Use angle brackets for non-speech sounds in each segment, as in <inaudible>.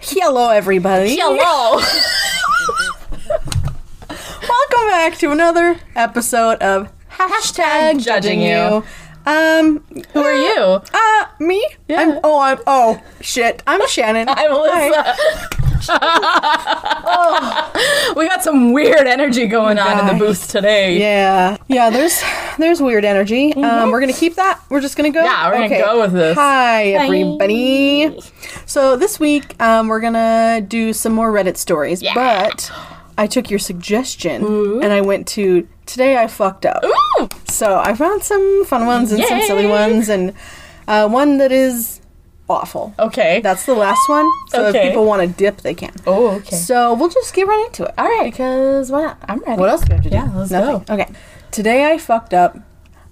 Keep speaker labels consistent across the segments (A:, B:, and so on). A: Hello, everybody.
B: Hello.
A: Welcome back to another episode of
B: Hashtag judging you.
A: Um,
B: Who are you?
A: uh, me?
B: Yeah.
A: I'm, oh, I'm, oh, shit. I'm Shannon.
B: <laughs> I'm Alyssa. <laughs> We got some weird energy going on in the booth today.
A: Yeah, yeah. There's there's weird energy. Um, we're gonna keep that. We're just gonna go.
B: Mm-hmm. Yeah, we're gonna go with this.
A: Hi, everybody. So this week, um, we're gonna do some more Reddit stories. But I took your suggestion and I went to today. I fucked up.
B: Ooh,
A: So I found some fun ones and some silly
B: Yay.
A: ones and uh, one that is awful.
B: Okay.
A: That's the last one. So if
B: Okay.
A: people want to dip, they can.
B: oh, okay.
A: So we'll just get right into it.
B: All right.
A: Because why not?
B: I'm ready.
A: What else do we have to do?
B: Yeah, let's
A: Nothing. Okay. Today I fucked up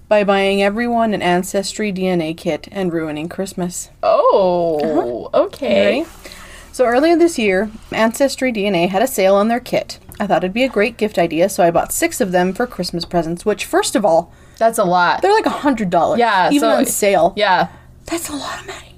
A: by buying everyone an Ancestry DNA kit and ruining Christmas.
B: Oh, okay.
A: Ready? So earlier this year, Ancestry DNA had a sale on their kit. I thought it'd be a great gift idea, so I bought six of them for Christmas presents, which, first of all,
B: That's a lot.
A: they're like a hundred dollars.
B: Yeah,
A: even
B: so-
A: on sale.
B: Yeah.
A: that's a lot of money.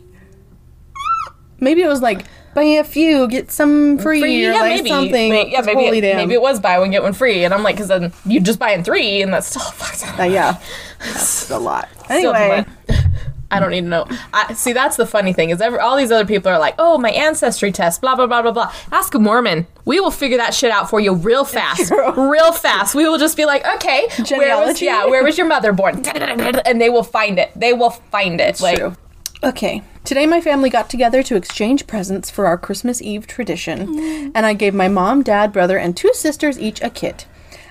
A: Maybe it was like buy a few, get some free, or like something.
B: May- yeah,
A: It's
B: maybe
A: holy
B: it,
A: damn.
B: maybe it was buy one get one free, and I'm like, because then you just buy in three, and that's <laughs> still fucked up.
A: Uh,
B: <laughs>
A: yeah, that's a lot.
B: Still too
A: Anyway,
B: much. <laughs> I don't need to know. I, see, that's the funny thing is, ever, all these other people are like, "Oh, my ancestry test, blah blah blah blah blah." Ask a Mormon. We will figure that shit out for
A: <laughs>
B: you real fast, real fast. We will just be like, "Okay, where was
A: Genealogy?
B: yeah, where was your mother born?" <laughs> And they will find it. They will find it. like,
A: true. Okay. Today, my family got together to exchange presents for our Christmas Eve tradition,
B: Mm.
A: and I gave my mom, dad, brother, and two sisters each a kit.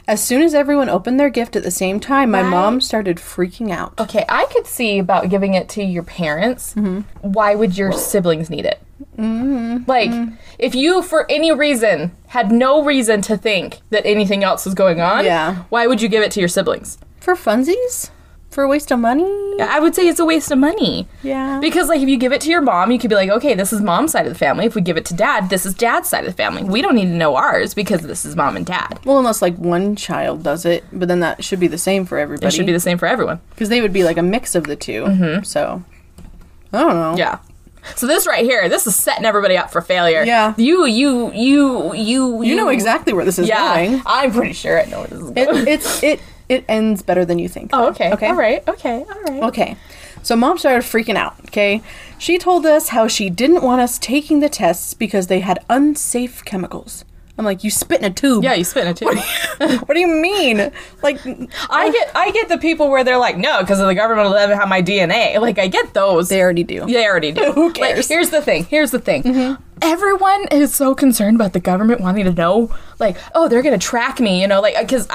A: As soon as everyone opened their gift at the same time, my mom started freaking out.
B: okay, I could see about giving it to your parents.
A: Mm-hmm.
B: Why would your siblings need it? Like,
A: Mm-hmm.
B: if you for any reason had no reason to think that anything else was going on,
A: Yeah.
B: why would you give it to your siblings?
A: For funsies? For a waste of money?
B: I would say it's a waste of money.
A: Yeah.
B: Because like if you give it to your mom, you could be like, okay, this is mom's side of the family. If we give it to dad, this is dad's side of the family. We don't need to know ours because this is mom and dad.
A: Well, unless like one child does it, but then that should be the same for everybody.
B: It should be the same for everyone.
A: because they would be like a mix of the 2 So I don't know.
B: Yeah. So this right here, this is setting everybody up for failure.
A: Yeah.
B: You, you, you, you,
A: You know exactly where this is
B: Yeah.
A: going.
B: I'm pretty sure I know where this is going.
A: It, it's it it ends better than you think.
B: oh,
A: though.
B: okay. All right. Okay. All right.
A: Okay. So mom started freaking out, okay? She told us how she didn't want us taking the tests because they had unsafe chemicals. I'm like, you spit in a tube.
B: Yeah, you spin it too.
A: <laughs> What do you mean? Like,
B: <laughs> I get, I get the people where they're like, no, because the government will never have my DNA. Like I get those.
A: they already do.
B: They already
A: <laughs>
B: do.
A: Who
B: Like,
A: cares? Mm-hmm.
B: here's the thing. Here's the thing. Everyone is so concerned about the government wanting to know, like, oh, they're gonna track me, you know, like, uh, because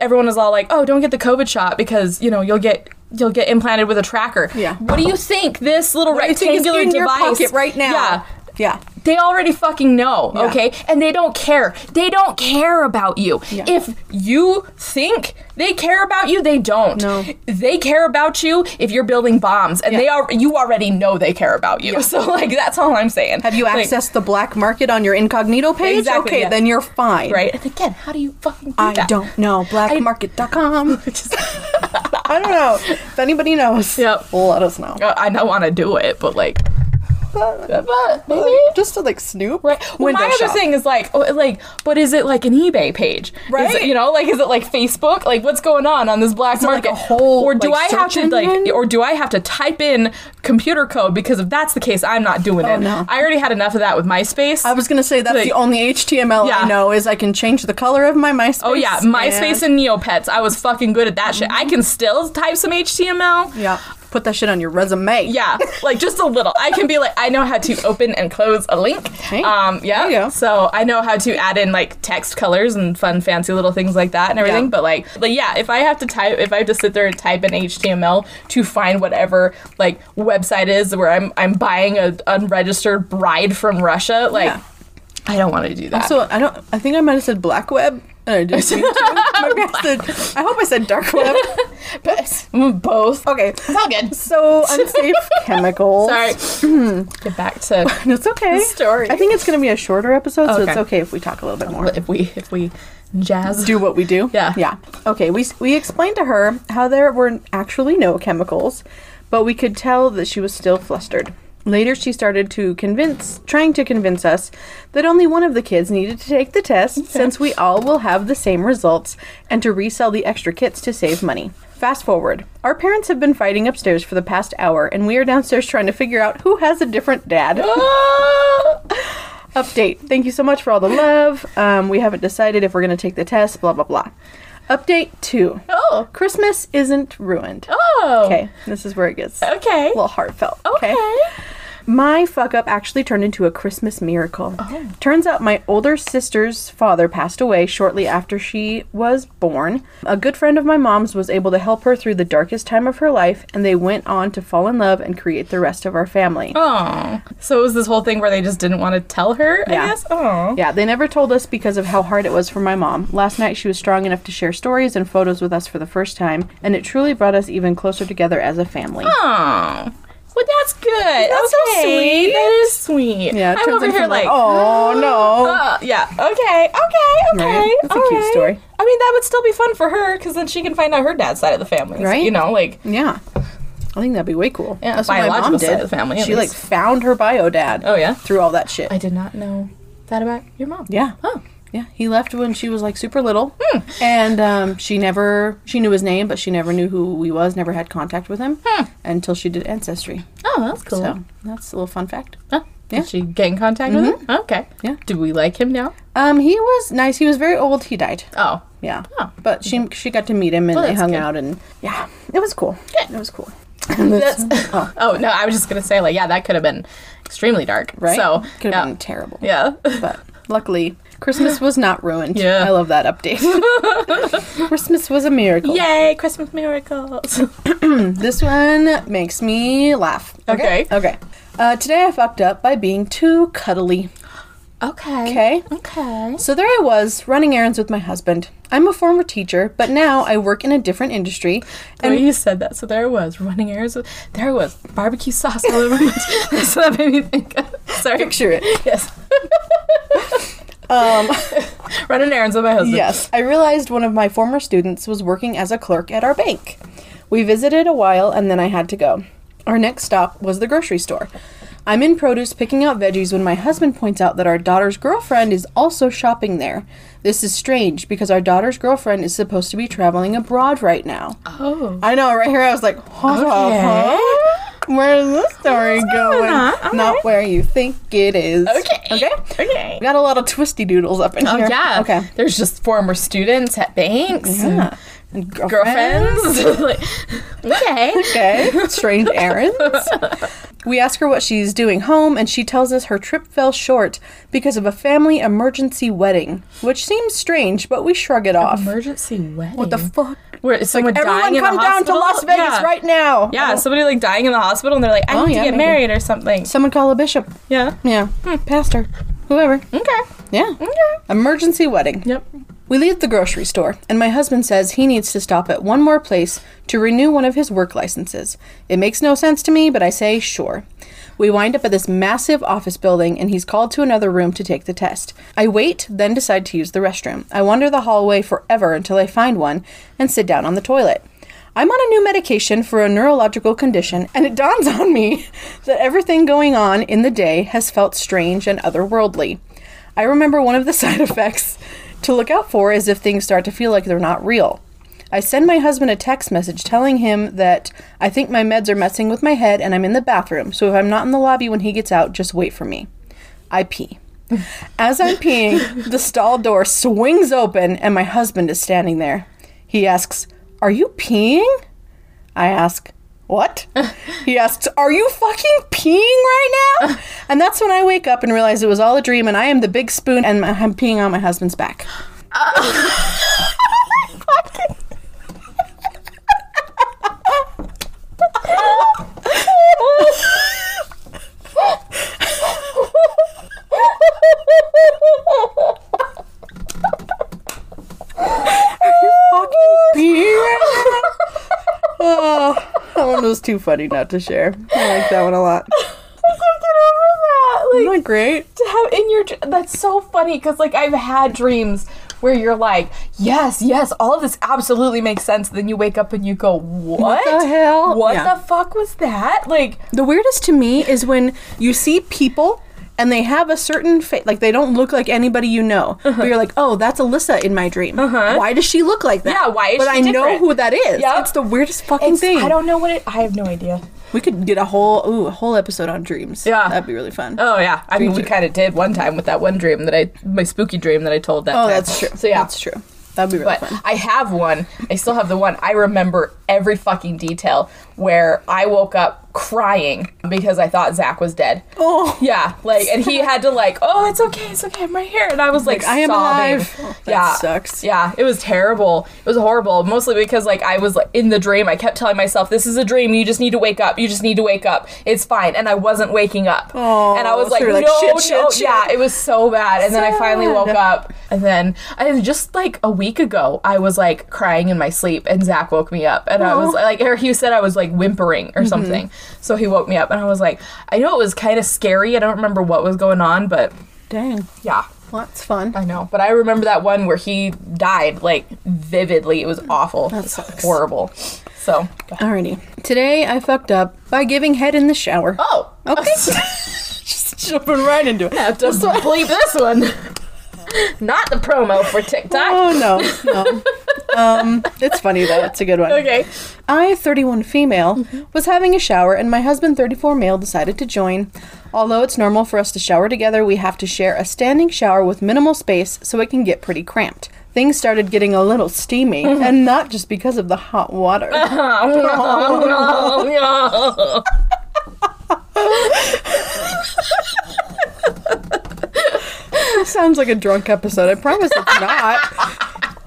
B: everyone is all like, oh, don't get the COVID shot because you know you'll get you'll get implanted with a tracker.
A: Yeah.
B: What do you think this little
A: I think it's
B: <laughs> rectangular
A: in your
B: device
A: pocket right now.
B: Yeah.
A: Yeah.
B: They already fucking know,
A: Yeah.
B: okay? And they don't care. They don't care about you.
A: Yeah.
B: If you think they care about you, they don't.
A: No.
B: They care about you if you're building bombs and they are you already know they care about you. <laughs> So like that's all I'm saying.
A: Have you
B: Like,
A: accessed the black market on your incognito page?
B: Exactly,
A: okay,
B: yeah.
A: then you're fine.
B: right? And again, how do you fucking do
A: I
B: that?
A: don't know.
B: <laughs>
A: Blackmarket.com.
B: Just-
A: I don't know. If anybody knows,
B: Yep.
A: let us know.
B: Uh, I don't want to do it, but like but maybe
A: uh, Just to like snoop.
B: Right. Well,
A: Window
B: my other
A: shop.
B: thing is like, oh, like, but is it like an eBay page? Is
A: Right.
B: it, you know, like, is it like Facebook? Like, what's going on on this black
A: it, like,
B: market?
A: a whole,
B: or do
A: like,
B: I have
A: search
B: to like,
A: engine?
B: or do I have to type in computer code? Because if that's the case, I'm not doing it.
A: Oh, no.
B: I already had enough of that with MySpace.
A: I was gonna say that's
B: Like-
A: the only HTML
B: Yeah.
A: I know is I can change the color of my MySpace.
B: Oh yeah, MySpace and Neopets. I was fucking good at that shit. I can still type some HTML.
A: yeah, put that shit on your resume.
B: Yeah, like just a little. I can be like, I know how to open and close a link.
A: Hey,
B: Um, yeah.
A: there you go.
B: So I know how to add in like text colors and fun, fancy little things like that and everything.
A: Yeah.
B: But like, but yeah, if I have to type, if I have to sit there and type in HTML to find whatever like website is where I'm I'm buying a unregistered bride from Russia, like
A: Yeah.
B: I don't want to do that.
A: So I don't. I think I might have said black web. And I
B: <laughs>
A: didn't mean to. Maybe I said. I hope I said dark web.
B: Mm, <laughs> both.
A: Okay.
B: It's all good.
A: So
B: <laughs>
A: unsafe chemicals.
B: Sorry.
A: Hmm.
B: Get back to
A: It's okay.
B: The story.
A: I think it's going to be a shorter episode, so it's
B: Okay.
A: okay if we talk a little bit more.
B: if we if we jazz. <laughs>
A: Do what we do.
B: Yeah.
A: Yeah. Okay. We we explained to her how there were actually no chemicals, but we could tell that she was still flustered. Later, she started to convince, trying to convince us that only one of the kids needed to take the test since we all will have the same results and to resell the extra kits to save money. Fast forward. Our parents have been fighting upstairs for the past hour, and we are downstairs trying to figure out who has a different dad. <gasps>
B: Oh!
A: Update. Thank you so much for all the love. Um, we haven't decided if we're going to take the test, blah, blah, blah. Update two.
B: Oh.
A: Christmas isn't ruined.
B: Oh.
A: Okay, this is where it gets
B: Okay.
A: a little heartfelt.
B: okay.
A: My fuck up actually turned into a Christmas miracle.
B: Oh.
A: Turns out my older sister's father passed away shortly after she was born. A good friend of my mom's was able to help her through the darkest time of her life, and they went on to fall in love and create the rest of our family.
B: Oh. So it was this whole thing where they just didn't want to tell her, I
A: Yeah.
B: guess? Oh.
A: Yeah, they never told us because of how hard it was for my mom. Last night she was strong enough to share stories and photos with us for the first time, and it truly brought us even closer together as a family.
B: Oh. Well, that's good. That's so
A: okay.
B: sweet. That is sweet.
A: Yeah, it
B: I'm
A: turns
B: over
A: into
B: here
A: like,
B: like,
A: "Oh, no."
B: Uh, yeah. Okay. Okay. Okay.
A: Right. That's a
B: all
A: cute
B: right.
A: story.
B: I mean, that would still be fun for her because then she can find out her dad's side of the family.
A: Right.
B: You know, like <gasps>
A: Yeah. I think that'd be way cool.
B: Yeah,
A: That's what my mom
B: biological
A: did.
B: side of the family, at
A: she like
B: least.
A: found her bio dad.
B: Oh, yeah?
A: Through all that shit.
B: I did not know that about your mom.
A: yeah.
B: Oh.
A: Yeah. He left when she was like super little,
B: Hmm.
A: and um, she never she knew his name, but she never knew who he was. Never had contact with him
B: Hmm.
A: until she did ancestry.
B: Oh, that's cool.
A: So that's a little fun fact.
B: Huh?
A: Yeah. Mm-hmm.
B: Did she get in contact with him? Okay.
A: Yeah.
B: Do we like him now?
A: Um, he was nice. He was very old. He died.
B: Oh.
A: Yeah.
B: Oh.
A: But she she got to meet him and
B: Well,
A: they
B: that's
A: hung
B: good.
A: out and yeah, it was cool. It was
B: <laughs>
A: cool.
B: That's, <laughs> oh. no, I was just gonna say like yeah, that could have been extremely dark.
A: right?
B: So
A: could
B: yeah.
A: have been terrible.
B: yeah. <laughs>
A: but luckily christmas was not ruined
B: Yeah.
A: i love that
B: <laughs>
A: update christmas was a miracle
B: Yay, Christmas miracles. <laughs>
A: this one makes me laugh
B: Okay.
A: okay, Uh, today i fucked up by being too cuddly
B: okay.
A: okay
B: Okay.
A: so there i was running errands with my husband i'm a former teacher but now i work in a different industry
B: And you said that, so there it was running errands. with- There was barbecue sauce all over my. <laughs> so that made me think. <laughs> Sorry.
A: picture it
B: Yes.
A: um,
B: Running errands with my husband.
A: yes i realized one of my former students was working as a clerk at our bank we visited a while and then i had to go our next stop was the grocery store i'm in produce picking out veggies when my husband points out that our daughter's girlfriend is also shopping there this is strange because our daughter's girlfriend is supposed to be traveling abroad right now
B: Oh.
A: i know right here i was like huh,
B: Okay.
A: huh? where's this story going,
B: on? All
A: not where you think it is
B: Okay.
A: okay
B: Okay.
A: we got a lot of twisty doodles up in
B: Oh
A: here
B: yeah.
A: okay
B: There's just former students at banks. and
A: yeah. And
B: Girlfriends. <laughs> Like, okay.
A: Okay. <laughs> Strange errands. We ask her what she's doing home, and she tells us her trip fell short because of a family emergency wedding, which seems strange, but we shrug it off.
B: Emergency wedding.
A: What the fuck?
B: Where is someone
A: Everyone
B: dying in
A: come
B: the
A: down to
B: hospital?
A: Las Vegas
B: yeah.
A: right now.
B: Yeah,
A: Oh.
B: somebody like dying in the hospital, and they're like, "I
A: Oh,
B: need
A: yeah,
B: to get
A: maybe.
B: married or something."
A: Someone call a bishop.
B: Yeah.
A: Yeah. Hmm, Pastor. Hmm. Whoever.
B: Okay.
A: Yeah. Emergency wedding.
B: Yep.
A: We leave the grocery store, and my husband says he needs to stop at one more place to renew one of his work licenses. It makes no sense to me, but I say sure. We wind up at this massive office building, and he's called to another room to take the test. I wait, then decide to use the restroom. I wander the hallway forever until I find one and sit down on the toilet. I'm on a new medication for a neurological condition, and it dawns on me <laughs> that everything going on in the day has felt strange and otherworldly. I remember one of the <laughs> side effects to look out for is if things start to feel like they're not real. I send my husband a text message telling him that I think my meds are messing with my head and I'm in the bathroom, so if I'm not in the lobby when he gets out, just wait for me. I pee. As I'm peeing, the stall door swings open and my husband is standing there. He asks, Are you peeing? I ask, What? he asks, Are you fucking peeing right now? And that's when I wake up and realize it was all a dream and I am the big spoon and I'm peeing on my husband's back. <laughs> Oh fucking peeing right now? Oh, that one was too funny not to share. I like that one a lot.
B: I can't get over that. Like
A: Isn't that great?
B: to have in your dr- that's so funny because like I've had dreams where you're like, yes, yes, all of this absolutely makes sense. Then you wake up and you go, what,
A: the hell?
B: What
A: Yeah.
B: the fuck was that? Like,
A: The weirdest to me is when you see people and they have a certain face, like they don't look like anybody you know. But you're like, oh, that's Alyssa in my dream. Why does she look like that?
B: Yeah, why is
A: But
B: she
A: I know
B: different?
A: who that is.
B: Yep.
A: It's the weirdest fucking
B: it's,
A: thing.
B: I don't know what it. I have no idea.
A: we could get a whole ooh, a whole episode on dreams.
B: Yeah.
A: that'd be really fun.
B: Oh yeah, I mean we
A: Dreams
B: kind of did one time with that one dream that I, my spooky dream that I told that.
A: oh,
B: time.
A: that's true.
B: So yeah,
A: that's true. That'd be really
B: But
A: fun.
B: I have one. I still have the one. I remember every fucking detail where I woke up crying because I thought Zach was dead.
A: Oh.
B: Yeah, like, and he had to like, oh, it's okay, it's okay, I'm right here, and I was like,
A: Like, I am
B: sobbing.
A: alive. Oh, that
B: yeah,
A: sucks.
B: Yeah, it was terrible. It was horrible, mostly because like I was like, in the dream. I kept telling myself, this is a dream. You just need to wake up. You just need to wake up. It's fine. And I wasn't waking up.
A: Oh,
B: and I was
A: so
B: like,
A: you're like,
B: no,
A: shit, shit,
B: no,
A: shit.
B: yeah, it was so bad. And then I finally
A: Sad.
B: woke up, and then I just like a week ago, I was like crying in my sleep, and Zach woke me up, and I was like, or he said I was like whimpering or something, so he woke me up, and I was like, I know it was kind of scary. I don't remember what was going on, but
A: Dang,
B: yeah,
A: well, that's fun.
B: I know. But I remember that one where he died like vividly. It was awful. That
A: sucks.
B: Horrible. So. go ahead.
A: Alrighty, today I fucked up by giving head in the shower.
B: Oh.
A: Okay.
B: <laughs>
A: <laughs> Just jumping right into it.
B: have to bleep this one. Not the promo for TikTok.
A: Oh no, no. um, it's funny though. It's a good one.
B: Okay.
A: I, 31 female, was having a shower, and my husband, 34 male, decided to join. Although it's normal for us to shower together, we have to share a standing shower with minimal space, so it can get pretty cramped. Things started getting a little <laughs> steamy, and not just because of the hot water. <laughs> This sounds like a drunk episode. I promise it's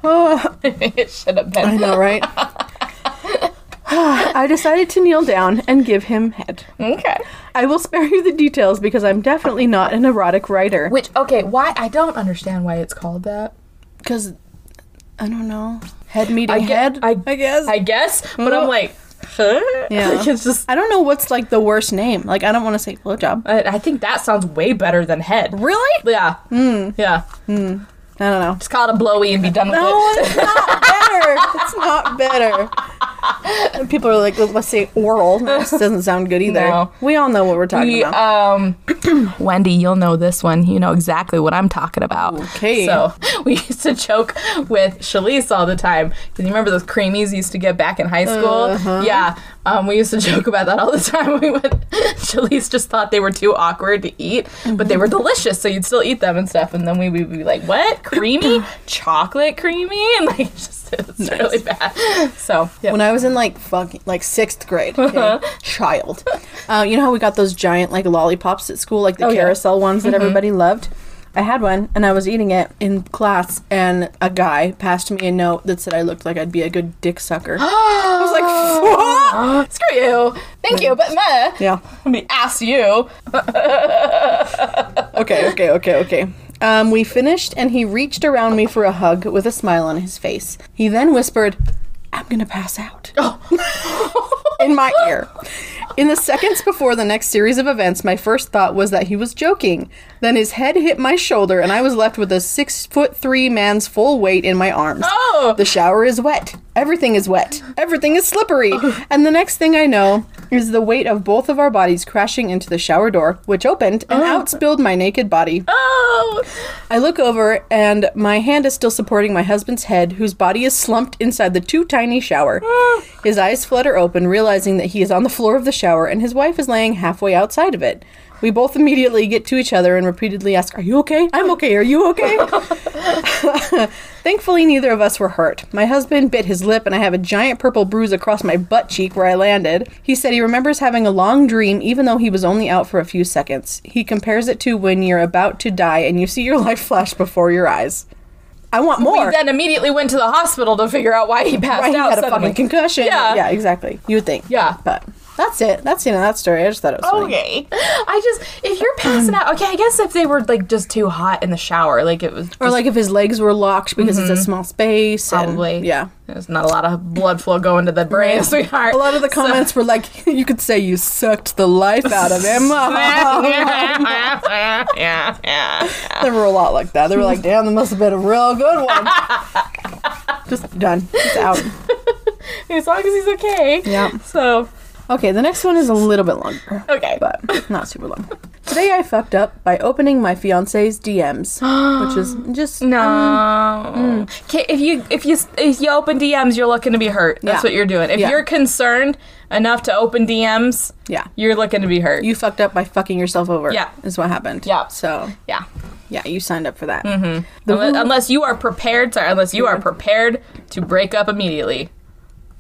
A: not.
B: <laughs> it should have been.
A: I know, right? <sighs> I decided to kneel down and give him head.
B: Okay.
A: I will spare you the details because I'm definitely not an erotic writer.
B: Which okay, why I don't understand why it's called that.
A: Because, I don't know, head meeting
B: gue-
A: head,
B: I-
A: I guess. <laughs>
B: I guess, but I'm like, huh?
A: Yeah.
B: Like, <laughs> it's just.
A: I don't know what's like the worst name. Like, I don't want to say blowjob.
B: I, I think that sounds way better than head.
A: Really?
B: Yeah. Yeah.
A: I don't know.
B: Just call it a blowy and be done
A: <laughs>
B: with
A: No,
B: it.
A: it's not better. It's not better. And <laughs> people are like, let's say oral. This doesn't sound good either.
B: No.
A: We all know what we're talking
B: We,
A: about.
B: um, <clears throat> Wendy, you'll know this one. You know exactly what I'm talking about.
A: Okay.
B: So <laughs> we used to joke with Shalise all the time. Do you remember those creamies you used to get back in high school?
A: Uh-huh.
B: Yeah. Um, we used to <laughs> joke about that all the time. <laughs> We went. Shalise just thought they were too awkward to eat, but
A: Mm-hmm.
B: they were delicious, so you'd still eat them and stuff. And then we would be
A: <clears throat>
B: like, "What? Creamy? Chocolate creamy?" <laughs> And like, just it's really bad. So yeah.
A: When I was in like fucking like sixth grade, okay, child, uh, you know how we got those giant like lollipops at school, like the
B: yeah.
A: carousel ones that everybody loved. I had one, and I was eating it in class, and a guy passed me a note that said I looked like I'd be a good dick sucker. I was like, "What?"
B: Ah, Screw you. Thank you, but meh.
A: yeah.
B: I mean, ask you.
A: Okay, okay, okay, okay. Um, we finished, and he reached around me for a hug with a smile on his face. He then whispered, I'm gonna pass out. in my ear. In the seconds before the next series of events, my first thought was that he was joking. Then his head hit my shoulder, and I was left with a six foot three man's full weight in my arms.
B: Oh.
A: The shower is wet. Everything is wet. Everything is slippery. And the next thing I know is the weight of both of our bodies crashing into the shower door, which opened and out spilled my naked
B: <laughs>
A: body.
B: Oh,
A: I look over, and my hand is still supporting my husband's head, whose body is slumped inside the too tiny shower. His eyes flutter open, realizing that he is on the floor of the shower, and his wife is laying halfway outside of it. We both immediately get to each other and repeatedly ask, Are you okay? I'm okay. Are you okay? Thankfully, neither of us were hurt. My husband bit his lip, and I have a giant purple bruise across my butt cheek where I landed. He said he remembers having a long dream, even though he was only out for a few seconds. He compares it to when you're about to die and you see your <laughs> life flash before your eyes. I want more.
B: he then immediately went to the hospital to figure out why he passed
A: Right, he
B: out
A: had a
B: suddenly.
A: fucking concussion.
B: Yeah.
A: exactly. You would think.
B: Yeah. Oh,
A: But That's it. That's the end of that story. I just thought it was funny.
B: <laughs> Okay. I just if you're passing out. Okay, I guess if they were like just too hot in the shower, like it was
A: Or like if his legs were locked because it's a small space. and-
B: Mm-hmm. Probably.
A: yeah.
B: there's not a lot of blood flow going to the brain, sweetheart.
A: A lot
B: <laughs>
A: of the comments were like, <laughs> you could say you sucked the life out of
B: <laughs>
A: him.
B: yeah, yeah,
A: <laughs>
B: yeah.
A: there were a lot like that. They were like, damn, that must have been a real good
B: <laughs>
A: one. Just done. Just out.
B: As long as he's okay.
A: Yeah.
B: So
A: Okay, the next one is a little bit longer.
B: okay.
A: But not super long. Today I fucked up by opening my fiance's
B: <gasps>
A: DMs, which is just
B: no.
A: Um,
B: Okay, if you if you if you open DMs, you're looking to be hurt. That's
A: Yeah.
B: what you're doing. If
A: Yeah.
B: you're concerned enough to open DMs,
A: yeah.
B: you're looking to be hurt.
A: You fucked up by fucking yourself over.
B: Yeah.
A: is what happened.
B: Yeah. Mm-hmm.
A: So
B: yeah.
A: yeah, you signed up for that.
B: Unless,
A: The
B: unless you are prepared, sorry, unless you are prepared to break up immediately,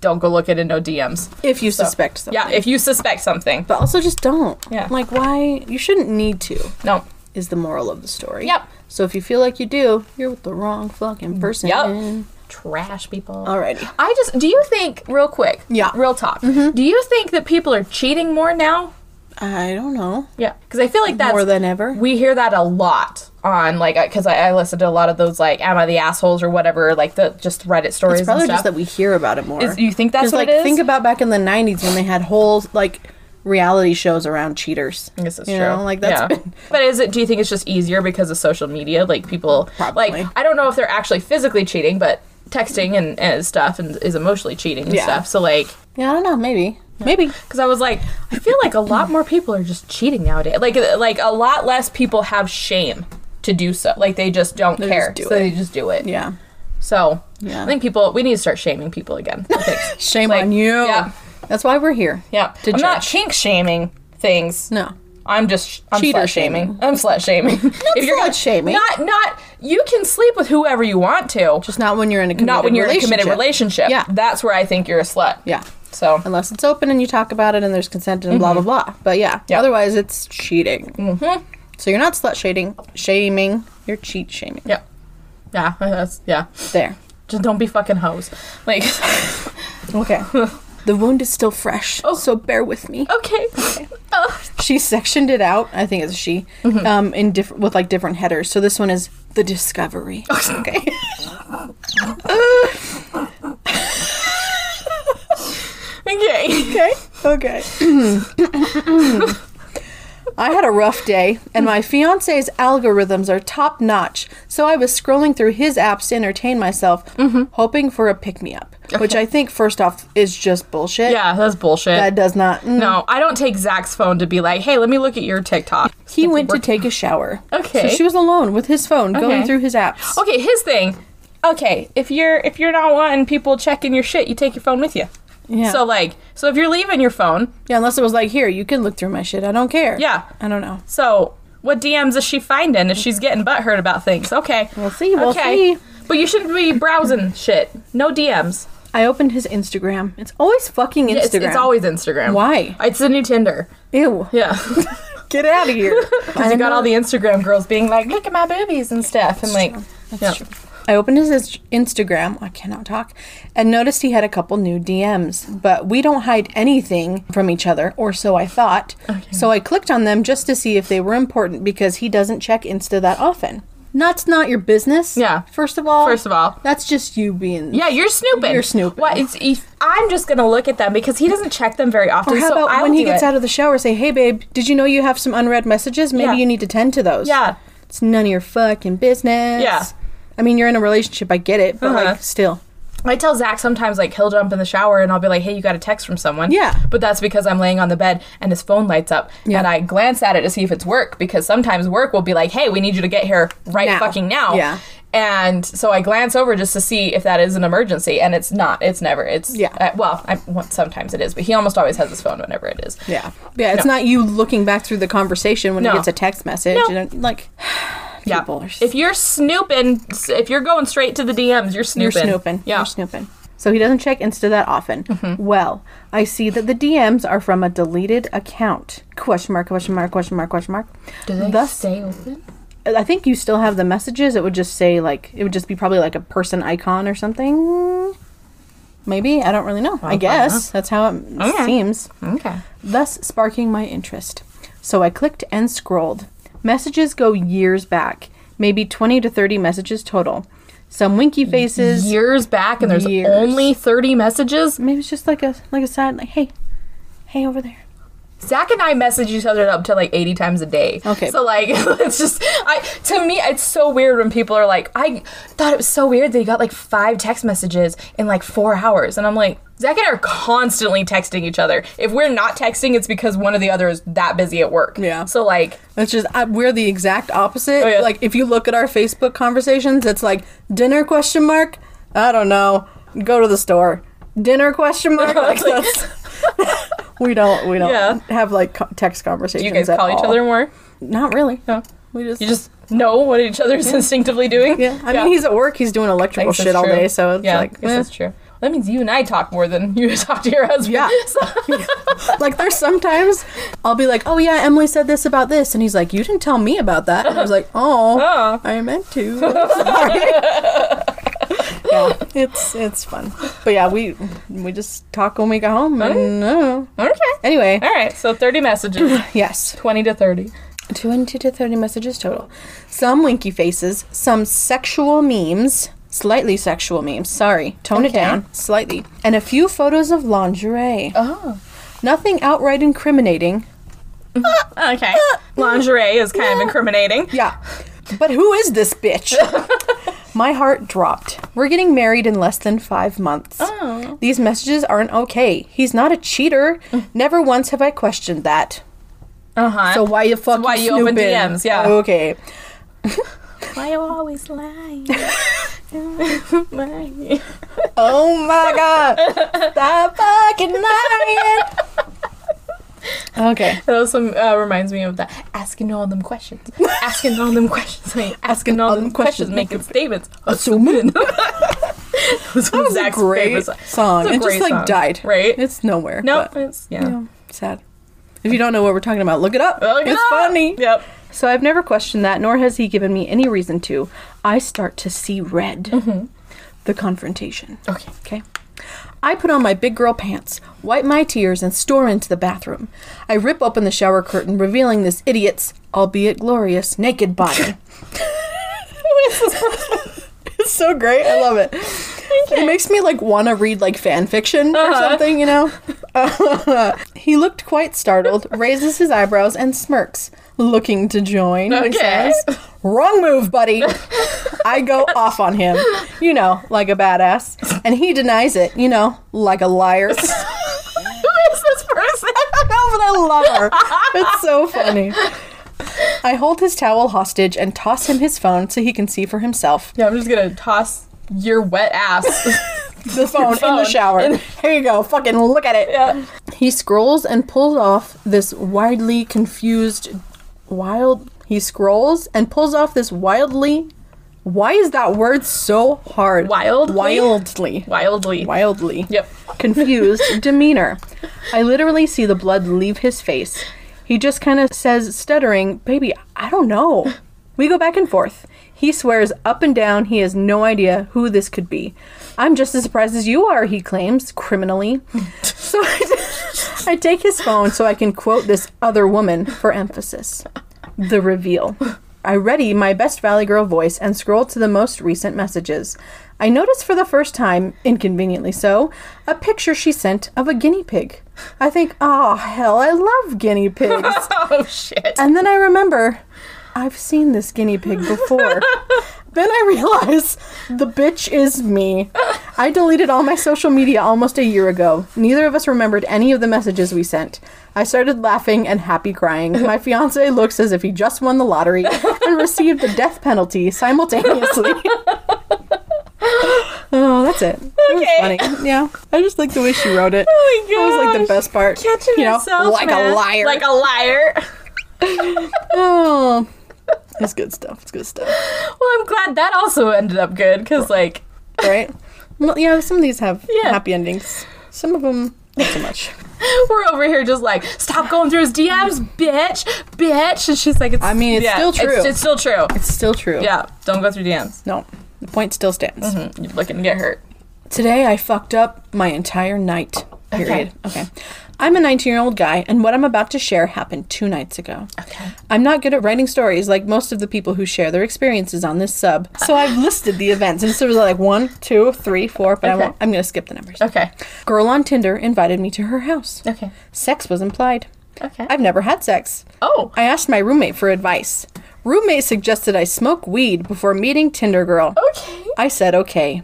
B: don't go looking into no DMs.
A: if you suspect something.
B: Yeah, if you suspect something,
A: but also just don't.
B: Yeah.
A: Like why you shouldn't need to
B: no.
A: is the moral of the story.
B: Yep.
A: So if you feel like you do, you're with the wrong fucking person.
B: Yep. Trash people.
A: Alrighty.
B: I just do you think real quick?
A: Yeah. Mm-hmm.
B: Real talk. Do you think that people are cheating more now?
A: I don't know.
B: Yeah. Because I feel like that's
A: More than ever.
B: We hear that a lot on like because I, I listen to a lot of those like "Am I the assholes?" or whatever like the just Reddit stories.
A: It's probably
B: and
A: just
B: stuff.
A: that we hear about it more.
B: Is- you think that's
A: 'Cause,
B: what
A: like,
B: it is?
A: Think about back in the '90s when they had whole like reality shows around cheaters.
B: I guess it's
A: you
B: true.
A: Know? Like that's
B: Yeah.
A: been- <laughs>
B: <laughs> But is it? Do you think it's just easier because of social media? Like people,
A: Probably.
B: like I don't know if they're actually physically cheating, but texting and, and stuff and is emotionally cheating and
A: Yeah.
B: stuff. So like,
A: yeah, I don't know. Maybe, maybe.
B: because I was like, I feel like a lot more people are just cheating nowadays. Like uh, like a lot less people have shame to do so. Like they just don't
A: They
B: care.
A: just do
B: so
A: it.
B: they just do it.
A: Yeah.
B: So
A: Yeah.
B: I think people we need to start shaming
A: <laughs>
B: people again. I think.
A: Shame
B: Like,
A: on you.
B: yeah.
A: That's why we're here.
B: yeah,
A: To
B: I'm not
A: judge.
B: kink shaming things.
A: No.
B: I'm just I'm
A: Cheater
B: slut shaming. I'm
A: <laughs>
B: slut shaming. if
A: slut shaming.
B: not not you can sleep with whoever you want to,
A: Just not when you're in a committed
B: not when you're in a
A: relationship.
B: committed relationship.
A: Yeah.
B: that's where I think you're a slut.
A: Yeah.
B: So
A: Unless it's open and you talk about it and there's consent and blah blah blah. But yeah,
B: Mm-hmm. Yeah.
A: otherwise it's cheating. Mm-hmm. So you're not slut shading, shaming. You're cheat shaming.
B: yeah, yeah, that's yeah.
A: There.
B: Just don't be fucking hoes. Like <laughs>
A: Okay. <laughs> Oh. the wound is still fresh, so bear with me.
B: okay, Uh, Ugh.
A: she sectioned it out. I think it's a she. Um, in different with like different headers. So this one is the discovery. <laughs> Okay.
B: okay.
A: okay. Okay. I had a rough day, and my fiance's algorithms are top notch. So I was scrolling through his apps to entertain myself, hoping for a pick me up, which I think first off is just bullshit.
B: Yeah, that's bullshit.
A: That does not. mm.
B: no, I don't take Zach's phone to be like, hey, let me look at your TikTok.
A: He went to take a shower.
B: Okay.
A: So she was alone with his phone, going
B: Okay. Oh.
A: through his apps.
B: Okay, his thing. Okay, if you're if you're not wanting people checking your shit, you take your phone with you.
A: Yeah.
B: So like, so if you're leaving your phone,
A: Yeah, unless it was like, here, you can look through my shit. I don't care.
B: Yeah.
A: I don't know.
B: So what DMs is she finding if she's getting butthurt about things? Okay.
A: We'll see. We'll see.
B: But you shouldn't be browsing shit. No DMs.
A: I opened his Instagram. It's always fucking Instagram.
B: It's, it's always Instagram.
A: Why?
B: It's the new Tinder.
A: Ew.
B: Yeah. <laughs> 'Cause
A: Get out of
B: <laughs>
A: here. I
B: you got all the Instagram girls being like, look at my boobies and stuff. And like, yeah.
A: Oh, I opened his Inst- Instagram. I cannot talk. And noticed he had a couple new DMs, but we don't hide anything from each other, or so I thought. So I clicked on them just to see if they were important because he doesn't check Insta that often. That's not your business.
B: Yeah.
A: First of all.
B: First of all.
A: That's just you being.
B: Yeah, you're snooping.
A: You're snooping.
B: What? It's, if- I'm just gonna look at them because he doesn't check them very often.
A: Or how
B: so
A: about
B: I'll
A: when he
B: do
A: gets
B: it.
A: out of the shower, say, "Hey, babe, did you know you have some unread messages? Maybe
B: Yeah.
A: you need to tend to those."
B: Yeah.
A: it's none of your fucking business.
B: Yeah.
A: I mean, you're in a relationship. I get it, but
B: Uh-huh.
A: like, still,
B: I tell Zach sometimes like he'll jump in the shower and I'll be like, "Hey, you got a text from someone?"
A: Yeah.
B: But that's because I'm laying on the bed and his phone lights up, and I glance at it to see if it's work because sometimes work will be like, "Hey, we need you to get here right
A: Now.
B: fucking now."
A: Yeah.
B: And so I glance over just to see if that is an emergency, and it's not. It's never. It's
A: Yeah.
B: uh, well, I, well, sometimes it is, but he almost always has his phone whenever it is.
A: yeah, yeah. It's not you looking back through the conversation when
B: No.
A: he gets a text message.
B: No.
A: And, like,
B: <sighs> Yeah.
A: people are s-
B: If you're snooping, if you're going straight to the DMs, you're snooping.
A: you're snooping.
B: Yeah. Mm-hmm.
A: you're snooping. So he doesn't check Insta that often. Well, I see that the DMs are from a deleted account. Question mark? Question mark? Question mark? Question mark?
B: Do they
A: Thus,
B: stay open?
A: I think you still have the messages. It would just say like it would just be probably like a person icon or something. Maybe I don't really know. I
B: don't
A: guess that's how it
B: Okay.
A: seems.
B: Okay.
A: thus sparking my interest. So I clicked and scrolled. Messages go years back, maybe 20 to 30 messages total. Some winky faces.
B: Years back, and there's
A: Years.
B: only 30 messages.
A: Maybe it's just like a like a sad like hey, hey over there.
B: Zach and I message each other up to like 80 times a day.
A: Okay.
B: So like <laughs> it's just I to me it's so weird when people are like I thought it was so weird that he got like five text messages in like 4 hours and I'm like Zach and I are constantly texting each other. If we're not texting it's because one or the other is that busy at work.
A: Yeah.
B: So like
A: It's just I, we're the exact opposite.
B: Oh, yeah.
A: Like if you look at our Facebook conversations, it's like dinner question mark. I don't know. Go to the store. Dinner
B: <laughs>
A: question mark. Like,
B: Like-
A: that's- <laughs> we don't we don't
B: Yeah.
A: have like co- text
B: do
A: conversations.
B: you guys
A: at
B: call each
A: all.
B: other more?
A: Not really.
B: No.
A: We just
B: You just know what each other's instinctively doing?
A: Yeah, I mean, he's at work. He's doing electrical
B: Thanks,
A: shit
B: that's
A: all
B: true.
A: day, so it's
B: yeah,
A: like,
B: I guess
A: eh.
B: that's true. That means you and I talk more than <laughs> you talk to your husband.
A: Yeah.
B: <laughs> So-
A: eh. <laughs> like there's sometimes I'll be like, "Oh yeah, Emily said this about this," and he's like, "You didn't tell me about that." And I was
B: <laughs>
A: like, "Oh,
B: Oh.
A: I meant
B: <laughs>
A: to." Sorry. yeah, <laughs> it's it's fun, but yeah, we we just talk when we go home, and I don't know.
B: okay.
A: anyway,
B: All right, so
A: <laughs>
B: 30 messages,
A: yes,
B: 20 to 30.
A: 20 to 30 messages total. Some winky faces, some sexual memes, slightly sexual memes, sorry, tone it
B: Okay.
A: down, slightly, and a few photos of lingerie.
B: Oh.
A: Nothing outright incriminating.
B: Okay. Lingerie is kind of incriminating.
A: Yeah. But who is this bitch?
B: <laughs>
A: My heart dropped. We're getting married in less than five months.
B: Oh.
A: These messages aren't okay. He's not a cheater. Never once have I questioned that.
B: Uh huh.
A: So why you fucking
B: why you open
A: snooping?
B: DMs, yeah.
A: Okay.
B: why you always
A: <laughs>
B: lying? <laughs>
A: Oh my god! Stop fucking lying! Okay.
B: That also uh, reminds me of that asking all them questions,
A: <laughs>
B: asking all them questions, I mean, asking all them questions, making
A: <laughs>
B: statements, assuming. Those
A: That was a great song.
B: It's a
A: it
B: great
A: just like
B: song,
A: died.
B: right?
A: It's nowhere.
B: Nope.
A: but,
B: It's, yeah.
A: you know, sad. If you don't know what we're talking about, look it up.
B: Look it
A: it's
B: up.
A: funny.
B: Oh, Yep.
A: So I've never questioned that, nor has he given me any reason to. I start to see red.
B: Mm-hmm.
A: The confrontation.
B: Okay. <laughs>
A: Okay. I put on my big girl pants, wipe my tears, and store into the bathroom. I rip open the shower curtain, revealing this idiot's, albeit glorious, naked body. it's so great. I love it. It makes me like want to read like fan fiction or something, you know? he looked quite startled, raises his eyebrows, and smirks. Looking to join, he
B: Okay.
A: says. Wrong move, buddy. I go off on him, you know, like a badass. And he denies it, you know, like a liar. <laughs> Oh,
B: Who is this person?
A: but I love her. It's so funny. I hold his towel hostage and toss him his phone so he can see for himself.
B: yeah, I'm just gonna toss your wet <laughs> ass.
A: <laughs> The phone, in the
B: phone.
A: shower. <laughs> Here you go. Fucking look at it.
B: yeah.
A: He scrolls and pulls off this widely confused, wild. He scrolls and pulls off this wildly. Why is that word so hard?
B: Wildly?
A: Wildly.
B: Wildly.
A: Wildly.
B: Yep.
A: Confused demeanor. I literally see the blood leave his face. He just kind of says, stuttering, Baby, I don't know. We go back and forth. He swears up and down he has no idea who this could be. I'm just as surprised as you are, he claims, criminally. So I <laughs> I take his phone so I can quote this other woman for emphasis. The reveal. I ready my best Valley Girl voice and scroll to the most recent messages. I notice for the first time, inconveniently so, a picture she sent of a guinea pig. I think, oh, hell, I love guinea pigs.
B: <laughs> Oh shit.
A: And then I remember, I've seen this guinea pig
B: <laughs>
A: before. then I realize the bitch is me. I deleted all my social media almost a year ago. Neither of us remembered any of the messages we sent. I started laughing and happy crying. My fiance looks as if he just won the lottery and received the death penalty
B: <laughs>
A: simultaneously. oh, that's it. That was
B: Okay.
A: funny. Yeah. I just like the way she wrote it.
B: Oh my
A: That was like the
B: gosh.
A: best part.
B: Catching
A: you know,
B: yourself,
A: like
B: man.
A: a liar.
B: Like a liar. <laughs>
A: Oh, it's good stuff. It's good stuff,
B: Well, I'm glad that also ended up good because, like,
A: right? Well, yeah, some of these have
B: Yeah.
A: happy endings. Some of them not so much.
B: we're over here just like, stop going through his DMs, bitch, bitch. And she's like, it's,
A: I mean, it's
B: yeah,
A: still true.
B: It's, it's still true.
A: It's still true.
B: Yeah, don't go through DMs.
A: No, the point still stands.
B: Mm, You're looking to get hurt.
A: Today I fucked up my entire night. Period. Okay. I'm a 19 year old guy, and what I'm about to share happened two nights ago. Okay. I'm not good at writing stories like most of the people who share their experiences on this sub. So I've listed the events. And so it was like one, two, three, four, but I
B: Okay.
A: won't, I'm going to skip the numbers.
B: Okay.
A: Girl on Tinder invited me to her house.
B: Okay.
A: Sex was implied.
B: Okay.
A: I've never had sex.
B: Oh.
A: I asked my roommate for advice. Roommate suggested I smoke weed before meeting Tinder girl.
B: Okay.
A: I said okay.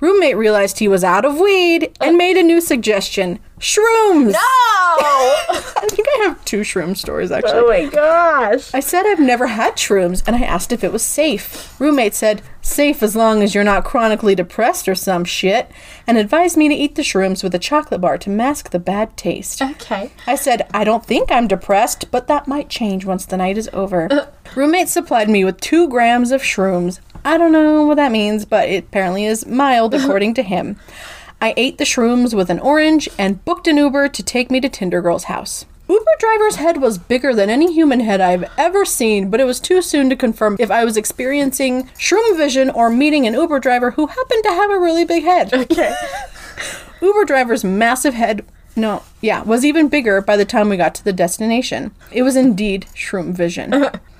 A: Roommate realized he was out of weed and made a new suggestion. Shrooms.
B: Oh.
A: <laughs> I think I have two shroom stories actually.
B: my gosh.
A: I said I've never had shrooms and I asked if it was safe. Roommate said, safe as long as you're not chronically depressed or some shit, and advised me to eat the shrooms with a chocolate bar to mask the bad
B: Uh-huh.
A: taste.
B: Okay.
A: I said, I don't think I'm depressed, but that might change once the night is over. Roommate supplied me with two grams of shrooms. I don't know what that means, but it apparently is mild, according to him. I ate the shrooms with an orange and booked an Uber to take me to Tinder Girl's house. Uber driver's head was bigger than any human head I've ever seen, but it was too soon to confirm if I was experiencing shroom vision or meeting an Uber driver who happened to have a really big head.
B: Okay.
A: Uber driver's massive head, no, yeah, was even bigger by the time we got to the destination. It was indeed shroom vision.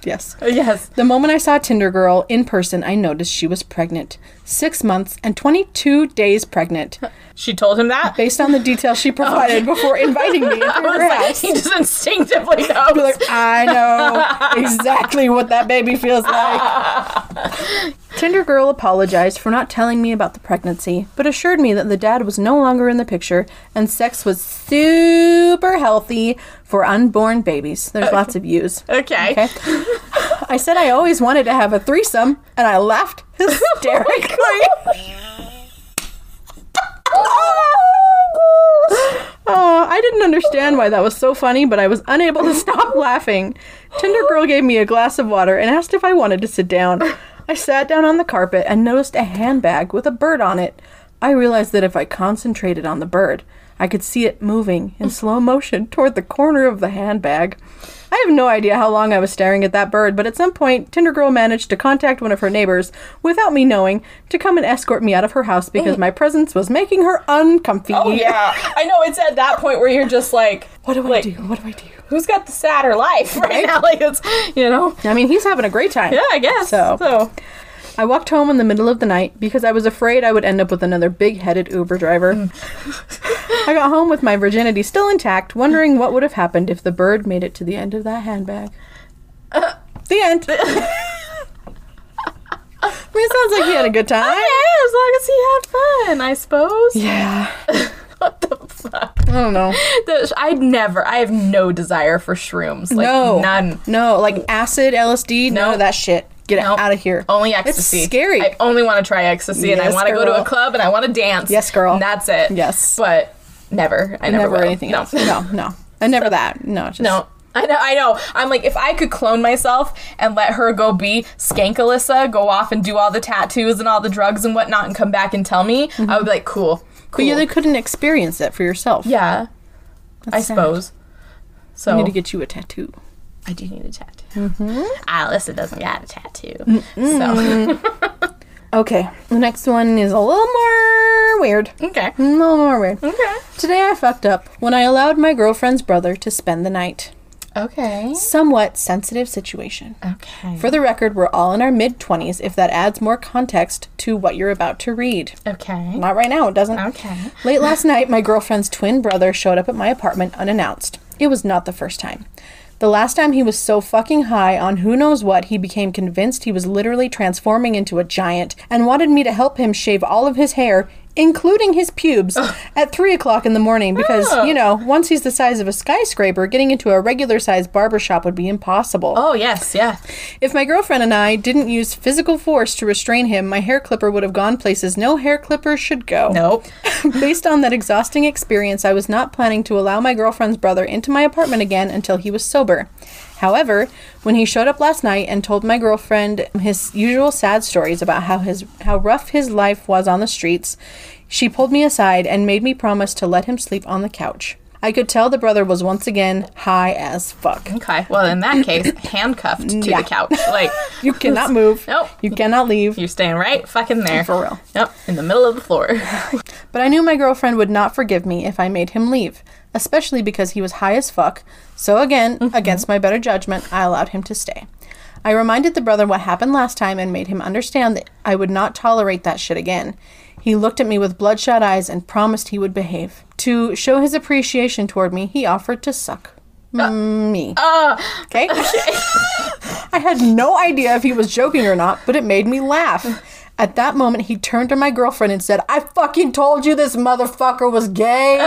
A: yes.
B: <laughs> yes.
A: The moment I saw Tinder Girl in person, I noticed she was pregnant. Six months and 22 days pregnant,
B: She told him that.
A: based on the details she provided before inviting me into her house.
B: He just instinctively knows.
A: Like, I know <laughs> exactly what that baby feels like. <laughs> Tinder girl apologized for not telling me about the pregnancy, but assured me that the dad was no longer in the picture and sex was super healthy for unborn babies. There's lots of yous.
B: okay.
A: Okay. I said I always wanted to have a threesome, and I laughed hysterically. Oh, I didn't understand why that was so funny, but I was unable to stop laughing. Tinder girl gave me a glass of water and asked if I wanted to sit down. I sat down on the carpet and noticed a handbag with a bird on it. I realized that if I concentrated on the bird, I could see it moving in slow motion toward the corner of the handbag. I have no idea how long I was staring at that bird, but at some point, Tinder Girl managed to contact one of her neighbors, without me knowing, to come and escort me out of her house because my presence was making her uncomfy.
B: Oh, yeah. I know it's at that point where you're just like,
A: What do I
B: Like-
A: do? What do I do?
B: who's got the sadder life <laughs> right, now? Like it's, you know.
A: I mean, he's having a great time.
B: Yeah, I guess.
A: So-
B: so
A: I walked home in the middle of the night because I was afraid I would end up with another big headed Uber driver.
B: Mm.
A: I got home with my virginity still intact, wondering what would have happened if the bird made it to the end of that handbag. the end. I mean, it sounds like he had a good time.
B: Yeah, as long as he had fun, I suppose.
A: Yeah.
B: <laughs> What the fuck?
A: I don't know.
B: The- I'd never. I have no desire for shrooms. Like,
A: no.
B: none.
A: No, like acid, LSD, none
B: Nope.
A: of that shit. Get
B: Nope.
A: it out of here.
B: Only ecstasy.
A: It's scary.
B: I only want to try ecstasy, and I
A: Yes,
B: want to go to
A: girl.
B: a club, and I want to dance.
A: Yes, girl.
B: And that's it.
A: Yes.
B: But never. I never,
A: never
B: will.
A: anything
B: No.
A: else. No, no. And never that. No, just
B: <laughs> No. I know, I know. I'm like, if I could clone myself and let her go be Skank Alyssa, go off and do all the tattoos and all the drugs and whatnot, and come back and tell me, I would be like, cool,
A: Mm-hmm. But
B: cool.
A: you couldn't experience that for yourself.
B: yeah, I
A: sad.
B: suppose. So
A: I need Mm-hmm. to get you a tattoo.
B: I do need a tattoo. Alyssa doesn't got a tattoo, so <laughs>
A: Okay, the next one is a little more weird.
B: okay,
A: <laughs> A little more weird.
B: okay,
A: Today I fucked up when I allowed my girlfriend's brother to spend the night.
B: okay,
A: Somewhat sensitive situation.
B: okay,
A: For the record, we're all in our mid 20s if that adds more context to what you're about to read.
B: okay,
A: Not right now, it doesn't.
B: okay.
A: Late last night, my girlfriend's twin brother showed up at my apartment unannounced. It was not the first time. The last time he was so fucking high on who knows what, he became convinced he was literally transforming into a giant and wanted me to help him shave all of his hair, including his pubes, at 3 o'clock in the morning because, you know, once he's the size of a skyscraper, getting into a regular sized barbershop would be impossible.
B: Oh yes, yeah.
A: If my girlfriend and I didn't use physical force to restrain him, my hair clipper would have gone places no hair clipper should go.
B: Nope.
A: <laughs> Based on that exhausting experience, I was not planning to allow my girlfriend's brother into my apartment again until he was sober. However, when he showed up last night and told my girlfriend his usual sad stories about how his how rough his life was on the streets, she pulled me aside and made me promise to let him sleep on the couch. I could tell the brother was once again high as fuck.
B: Okay. Well, in
A: <coughs>
B: that case, handcuffed to
A: Yeah.
B: the couch. Like
A: You
B: <laughs>
A: cannot move.
B: Nope.
A: You cannot leave.
B: you're staying right fucking there.
A: For real.
B: Yep. In the middle of the
A: <laughs>
B: floor.
A: But I knew my girlfriend would not forgive me if I made him leave, especially because he was high as fuck. So again, against my better judgment, I allowed him to stay. I reminded the brother what happened last time and made him understand that I would not tolerate that shit again. He looked at me with bloodshot eyes and promised he would behave. To show his appreciation toward me, he offered to suck me.
B: Oh,
A: Okay. <laughs> I had no idea if he was joking or not, but it made me laugh. At that moment, he turned to my girlfriend and said, I fucking told you this motherfucker was <laughs> gay.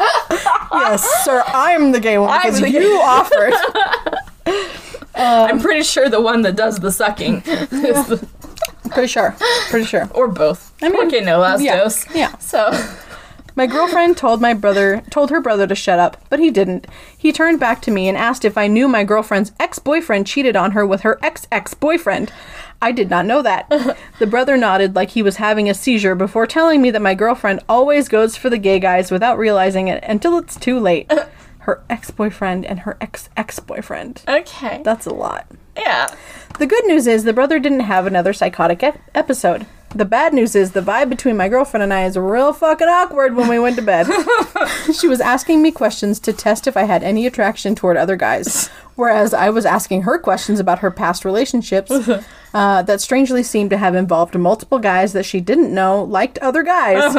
A: yes, sir, I'm the gay one
B: I'm
A: because
B: the-
A: you offered.
B: I'm pretty sure the one that does the sucking,
A: <laughs>
B: is the-
A: Pretty sure. Pretty sure.
B: or both. I
A: mean,
B: mean, no last
A: yeah,
B: dose.
A: yeah.
B: So
A: My girlfriend told my brother told her brother to shut up, but he didn't. He turned back to me and asked if I knew my girlfriend's ex-boyfriend cheated on her with her ex-ex-boyfriend. I did not know that. the brother nodded like he was having a seizure before telling me that my girlfriend always goes for the gay guys without realizing it until it's too late. Her ex-boyfriend and her ex-ex-boyfriend.
B: okay.
A: That's a lot.
B: yeah.
A: The good news is the brother didn't have another psychotic ep- episode. The bad news is the vibe between my girlfriend and I is real fucking awkward when we went to bed. she was asking me questions to test if I had any attraction toward other guys, whereas I was asking her questions about her past relationships uh, that strangely seemed to have involved multiple guys that she didn't know liked other guys.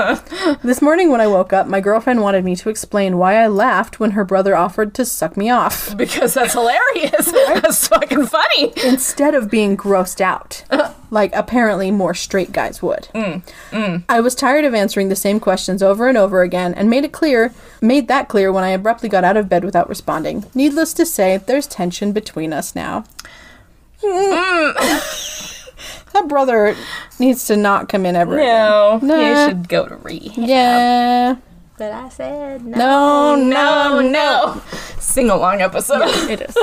A: this morning when I woke up, my girlfriend wanted me to explain why I laughed when her brother offered to suck me off.
B: Because
A: <laughs>
B: that's hilarious. that's fucking funny.
A: instead of being grossed <laughs> out, like apparently more straight guys would. I was tired of answering the same questions over and over again and made it clear, made that clear when I abruptly got out of bed without responding. Needless to say, there's tension between us now. Mm. <laughs> that brother needs to not come in ever.
B: No,
A: again. Nah.
B: you should go to rehab.
A: Yeah.
B: But I said
A: No,
B: no,
A: no,
B: no. Sing along episode.
A: <laughs> It is.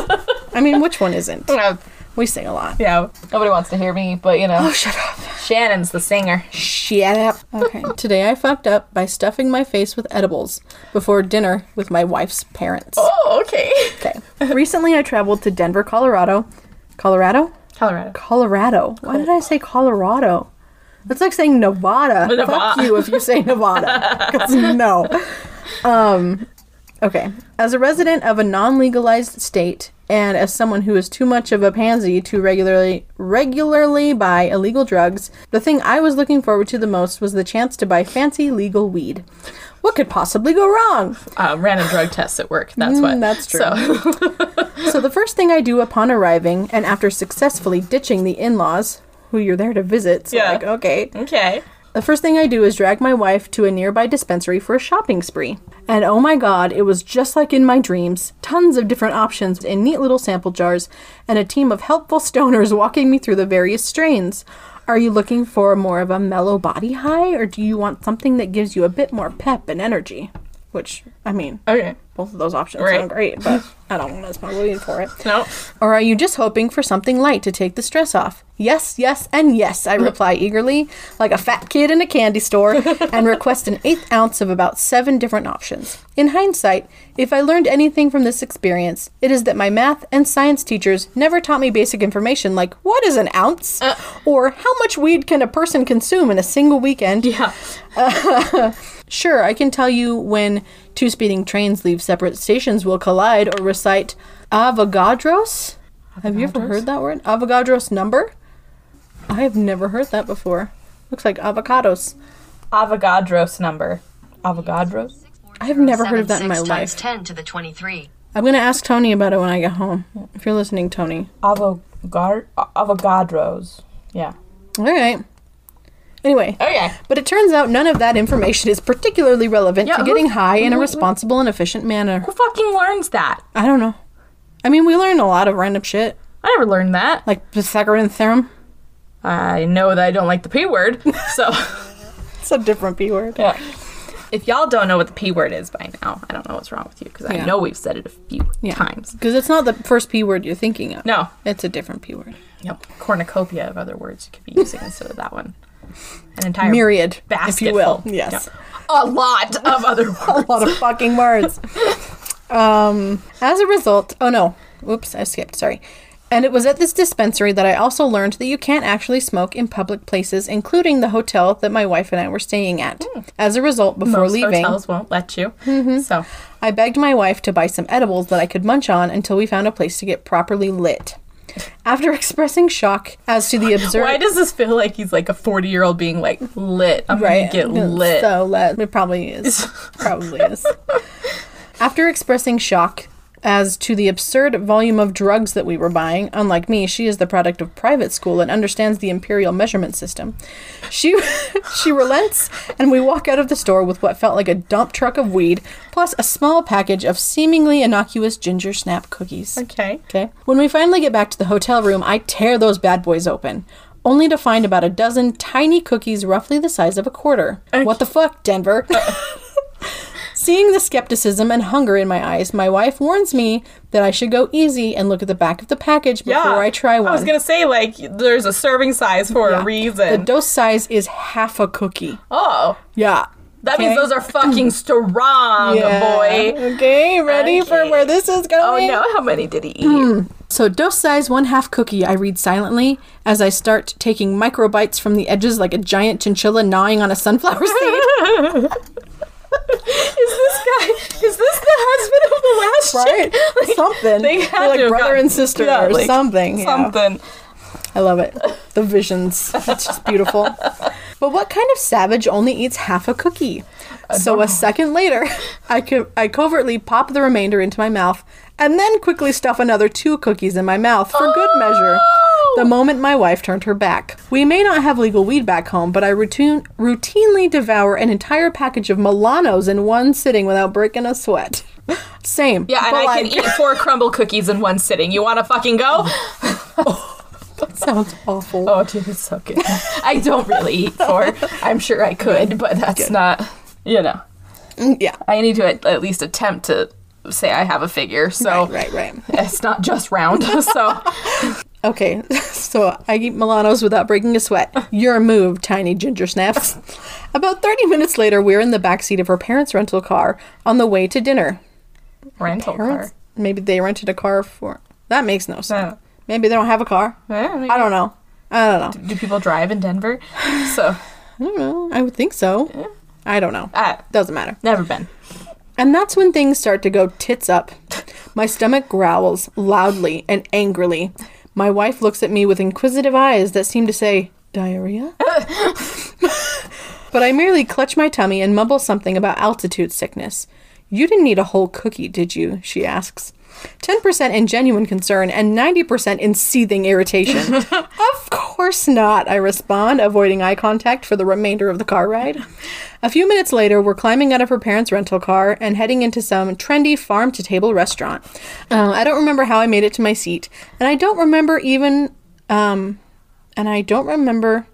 A: I mean, which one isn't?
B: Uh,
A: We sing a lot.
B: yeah, nobody wants to hear me, but you know,
A: Oh, shut up.
B: Shannon's the singer.
A: Shut up. Okay. Today I fucked up by stuffing my face with edibles before dinner with my wife's parents.
B: Oh, okay.
A: Okay. Recently I traveled to Denver, Colorado. Colorado?
B: Colorado.
A: Colorado. Why did I say Colorado? That's like saying Nevada.
B: Nevada.
A: Fuck you if you say Nevada. 'Cause no. Um, okay. As a resident of a non-legalized state and as someone who is too much of a pansy to regularly regularly buy illegal drugs, the thing I was looking forward to the most was the chance to buy fancy legal weed. What could possibly go wrong?
B: Uh, random drug tests at work. That's what.
A: Mm, that's true.
B: So,
A: So the first thing I do upon arriving, and after successfully ditching the in-laws, who you're there to visit, so
B: Yeah.
A: like, okay.
B: <laughs> okay.
A: The first thing I do is drag my wife to a nearby dispensary for a shopping spree. And oh my god, it was just like in my dreams. Tons of different options in neat little sample jars, and a team of helpful <laughs> stoners walking me through the various strains. Are you looking for more of a mellow body high, or do you want something that gives you a bit more pep and energy? Which, I mean,
B: Okay.
A: both of those options
B: Right.
A: sound great, but I don't want to smell weed for it.
B: No.
A: Or are you just hoping for something light to take the stress off? Yes, yes, and yes, I reply eagerly, like a fat kid in a candy store, and request an eighth ounce of about seven different options. In hindsight, if I learned anything from this experience, it is that my math and science teachers never taught me basic information like what is an ounce? or how much weed can a person consume in a single weekend?
B: Yeah.
A: Sure, I can tell you when two speeding trains leave separate stations will collide or recite Avogadros. Have you ever heard that word? Avogadros number? I have never heard that before. Looks like avocados.
B: Avogadros number. Avogadros.
A: I've never heard of that in my
C: 76 times
A: life.
C: 10 to the 23.
A: I'm going to ask Tony about it when I get home. If you're listening, Tony.
B: Avogad. Avogadros. Yeah.
A: All right. Anyway,
B: Okay.
A: But it turns out none of that information is particularly relevant
B: Yeah,
A: to
B: who-
A: getting high in a
B: who-
A: responsible and efficient manner.
B: Who fucking learns that?
A: I don't know. I mean, we learn a lot of random shit,
B: I never learned that.
A: like Pythagorean theorem.
B: I know that I don't like the P word, so.
A: It's a different B word.
B: <laughs> Yeah. If y'all don't know what the P word is by now, I don't know what's wrong with you because I
A: Yeah.
B: know we've said it a few
A: Yeah.
B: times.
A: Because it's not the first P word you're thinking of.
B: No.
A: It's a different P word.
B: Yep. Cornucopia of other words you could be using instead of that one. an entire
A: Myriad,
B: basket,
A: if you will.
B: full.
A: Yes.
B: Yeah. a lot of other words.
A: <laughs> A lot of fucking
B: <laughs>
A: words. um, as a result, oh no, whoops, I skipped, sorry. And it was at this dispensary that I also learned that you can't actually smoke in public places, including the hotel that my wife and I were staying at. As a result, before
B: Hmm. Most
A: leaving, Mm-hmm.
B: hotels won't let you. So
A: I begged my wife to buy some edibles that I could munch on until we found a place to get properly lit. After <laughs> expressing shock as to the absurd.
B: why does this feel like he's like a forty year old being like lit? I'm gonna get
A: it's
B: lit.
A: So lit. It probably <laughs> is. probably is. After expressing shock as to the absurd volume of drugs that we were buying, unlike me, she is the product of private school and understands the imperial measurement system. She <laughs> she relents, and we walk out of the store with what felt like a dump truck of weed, plus a small package of seemingly innocuous ginger snap cookies.
B: Okay.
A: Okay. When we finally get back to the hotel room, I tear those bad boys open, only to find about a dozen tiny cookies roughly the size of a quarter. What the fuck, Denver? Seeing the skepticism and hunger in my eyes, my wife warns me that I should go easy and look at the back of the package before I try one.
B: I was gonna say like there's a serving size for
A: Yeah.
B: a reason.
A: The dose size is half a cookie.
B: oh,
A: Yeah.
B: that means
A: Okay.
B: those are fucking strong, boy.
A: Okay, ready for
B: Okay.
A: where this is going?
B: Oh no, how many did he eat?
A: Hmm.
B: <laughs>
A: So, dose size one half cookie, I read silently as I start taking micro bites from the edges like a giant chinchilla gnawing on a sunflower <laughs> seed.
B: Is this guy? Is this the husband
A: Right?
B: of the last chick? <laughs> Like,
A: Something.
B: They
A: They're
B: had
A: like
B: to have
A: brother
B: gotten-
A: and sister
B: yeah,
A: or
B: like,
A: something, yeah.
B: Something.
A: I love it. The visions. It's just beautiful. But what kind of savage only eats half a cookie? So a second later, I, co- I covertly pop the remainder into my mouth and then quickly stuff another two cookies in my mouth for good measure.
B: Oh!
A: The moment my wife turned her back. We may not have legal weed back home, but I routine- routinely devour an entire package of Milanos in one sitting without breaking a sweat. Same.
B: Yeah, and
A: but
B: I can
A: like-
B: eat four crumble cookies in one sitting. You want to
A: <laughs>
B: fucking go?
A: Sounds awful.
B: Oh, dude, it's so good. <laughs> I don't really eat four. I'm sure I could, but that's not. You know,
A: Mm, Yeah.
B: I need to at, at least attempt to say I have a figure. So
A: Right, right.
B: it's not just round.
A: <laughs>
B: <laughs> So
A: Okay, <laughs> so I eat Milanos without breaking a sweat. Your move, tiny ginger snaps. About 30 minutes later, we're in the backseat of her parents' rental car on the way to dinner.
B: rental
A: Parents?
B: car.
A: Maybe they rented a car for. That makes no sense.
B: No.
A: Maybe they don't have a car.
B: Yeah,
A: I don't know. I don't know.
B: Do people drive in Denver? So
A: I don't know. I would think so. I don't know.
B: uh,
A: Doesn't matter.
B: never been.
A: And that's when things start to go tits up. My stomach growls loudly and angrily. My wife looks at me with inquisitive eyes that seem to say, Diarrhea? but I merely clutch my tummy and mumble something about altitude sickness. You didn't need a whole cookie, did you? She asks. 10% in genuine concern and 90% in seething irritation. of course not, I respond, avoiding eye contact for the remainder of the car ride. A few minutes later, we're climbing out of her parents' rental car and heading into some trendy farm to table restaurant. Uh, I don't remember how I made it to my seat, and I don't remember even. Um, and I don't remember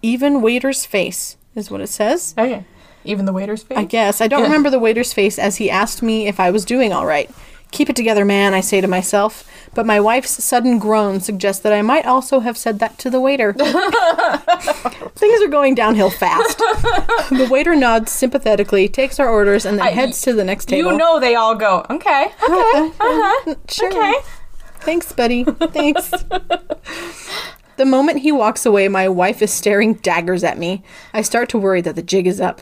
A: even waiter's face, is what it says.
B: Okay, even the waiter's face.
A: I guess. I don't remember the waiter's face as he asked me if I was doing all right. Keep it together, man, I say to myself. But my wife's sudden groan suggests that I might also have said that to the
B: <laughs>
A: waiter. Things are going downhill fast. the waiter nods sympathetically, takes our orders, and then heads to the next table.
B: You know they all go. Okay.
A: <laughs>
B: Okay. Uh huh.
A: Sure.
B: Okay.
A: Thanks, buddy. Thanks. the moment he walks away, my wife is staring daggers at me. I start to worry that the jig is up.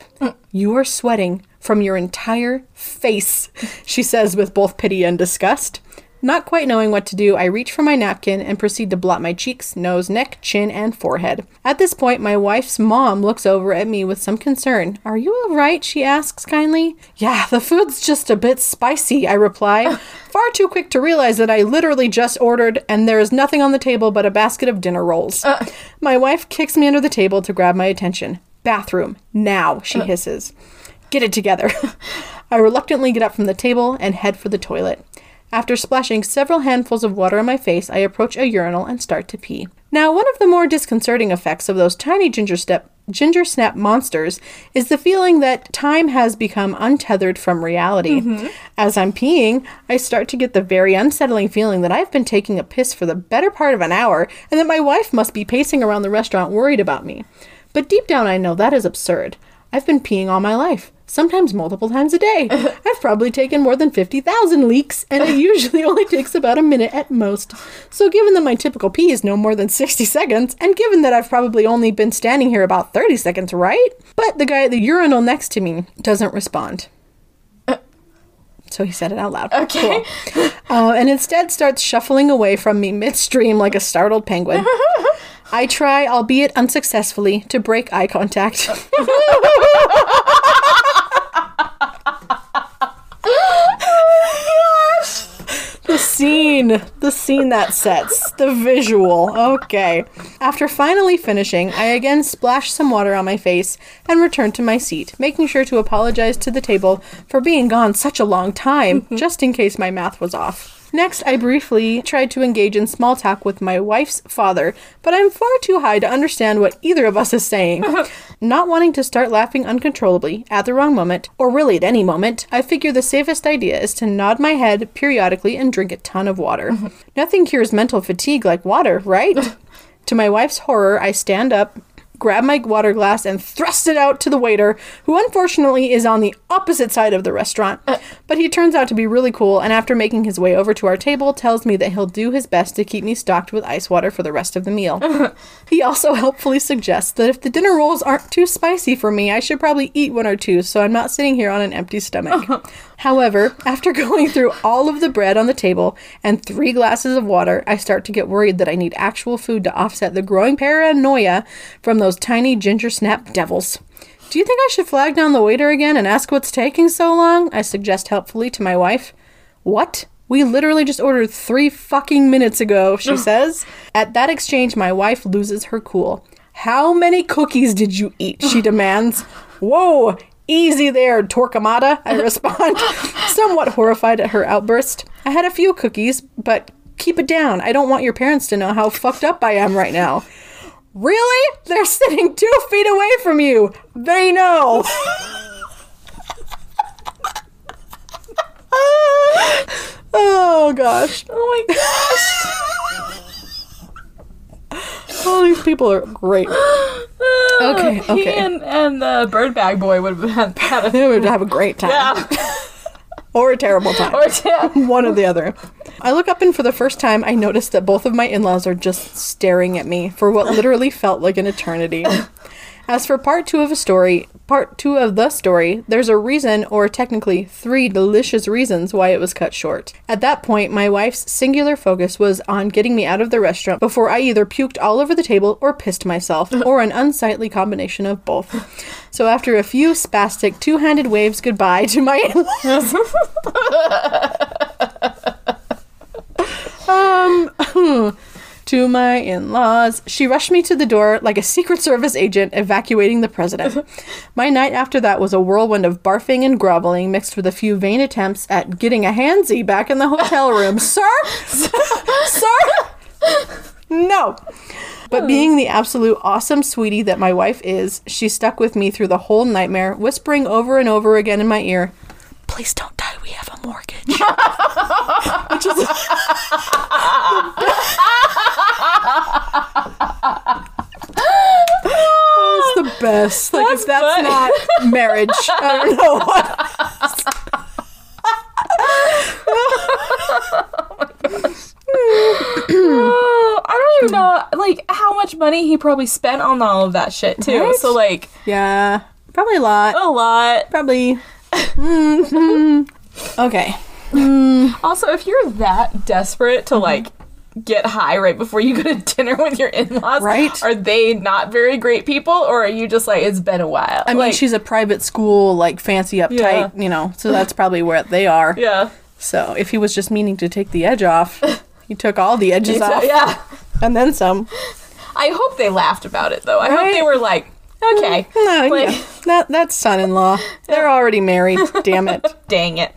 A: You are sweating from your entire face, she says with both pity and disgust. Not quite knowing what to do, I reach for my napkin and proceed to blot my cheeks, nose, neck, chin, and forehead. At this point, my wife's mom looks over at me with some concern. Are you all right? she asks kindly. Yeah, the food's just a bit spicy, I reply, far too quick to realize that I literally just ordered and there is nothing on the table but a basket of dinner rolls. my wife kicks me under the table to grab my attention. Bathroom, now, she hisses. Get it together. <laughs> I reluctantly get up from the table and head for the toilet. After splashing several handfuls of water on my face, I approach a urinal and start to pee. Now, one of the more disconcerting effects of those tiny ginger step ginger snap monsters is the feeling that time has become untethered from reality. As I'm peeing, I start to get the very unsettling feeling that I've been taking a piss for the better part of an hour and that my wife must be pacing around the restaurant worried about me. But deep down, I know that is absurd. I've been peeing all my life, sometimes multiple times a day. I've probably taken more than 50,000 leaks, and it usually only takes about a minute at most. So, given that my typical pee is no more than 60 seconds, and given that I've probably only been standing here about 30 seconds, right? But the guy at the urinal next to me doesn't respond. So he said it out loud.
B: Okay.
A: Cool. Uh, and instead starts shuffling away from me midstream like a startled penguin. I try, albeit unsuccessfully, to break eye contact. the scene, the scene that sets, the visual. Okay. After finally finishing, I again splash some water on my face and return to my seat, making sure to apologize to the table for being gone such a long time, just in case my math was off. Next, I briefly tried to engage in small talk with my wife's father, but I'm far too high to understand what either of us is saying. Not wanting to start laughing uncontrollably at the wrong moment, or really at any moment, I figure the safest idea is to nod my head periodically and drink a ton of water. Nothing cures mental fatigue like water, right? to my wife's horror, I stand up. Grab my water glass and thrust it out to the waiter, who unfortunately is on the opposite side of the restaurant. But he turns out to be really cool, and after making his way over to our table, tells me that he'll do his best to keep me stocked with ice water for the rest of the meal. he also helpfully suggests that if the dinner rolls aren't too spicy for me, I should probably eat one or two so I'm not sitting here on an empty stomach. However, after <laughs> going through all of the bread on the table and three glasses of water, I start to get worried that I need actual food to offset the growing paranoia from those tiny ginger snap devils. Do you think I should flag down the waiter again and ask what's taking so long? I suggest helpfully to my wife. What? We literally just ordered three fucking minutes ago, she says. At that exchange, my wife loses her cool. How many cookies did you eat? She demands. Whoa, easy there, Torquemada, I respond, somewhat horrified at her outburst. I had a few cookies, but keep it down. I don't want your parents to know how fucked up I am right now. Really? They're sitting two feet away from you. They know. <laughs> oh gosh.
B: Oh my gosh.
A: <laughs> All these people are great. Okay,
B: Uh, <laughs> He
A: okay.
B: and, and the bird bag boy would have had
A: They
B: a
A: would have a great time. <laughs>
B: yeah.
A: Or a terrible time.
B: <laughs> or two.
A: <laughs> one or the other. I look up and for the first time, I notice that both of my in laws are just staring at me for what literally felt like an eternity. As for part two of a story, part two of the story, there's a reason, or technically three delicious reasons, why it was cut short. At that point, my wife's singular focus was on getting me out of the restaurant before I either puked all over the table or pissed myself, or an unsightly combination of both. So after a few spastic two handed waves goodbye to my <laughs> in
B: uh,
A: to my in laws. She rushed me to the door like a Secret Service agent evacuating the president. my night after that was a whirlwind of barfing and groveling mixed with a few vain attempts at getting a handsy back in the hotel room. Sir? Sir? No. But being the absolute awesome sweetie that my wife is, she stuck with me through the whole nightmare, whispering over and over again in my ear, Please don't die, we have a mortgage. Which is That's the best. Like if that's
B: funny.
A: not marriage, I don't know what.
B: Oh, I don't even know like how much money he probably spent on all of that shit too.
A: Right?
B: So like
A: Yeah, probably a lot.
B: a lot.
A: Probably. hmm Okay.
B: Also, if you're that desperate
A: Mm-hmm.
B: to like get high right before you go to <laughs> dinner with your in-laws,
A: Right?
B: Are they not very great people, or are you just like it's been a while?
A: I mean, she's a private school, like fancy, uptight, you know, so that's probably where they are.
B: yeah,
A: So if he was just meaning to take the edge
B: <laughs>
A: off, he took all the edges off
B: yeah.
A: and then some.
B: <laughs> I hope they laughed about it though. I hope
A: Right? Mm-hmm.
B: they were like, okay,
A: No,
B: like,
A: yeah. that, that's son in
B: <laughs>
A: law. They're already married, damn it.
B: dang it,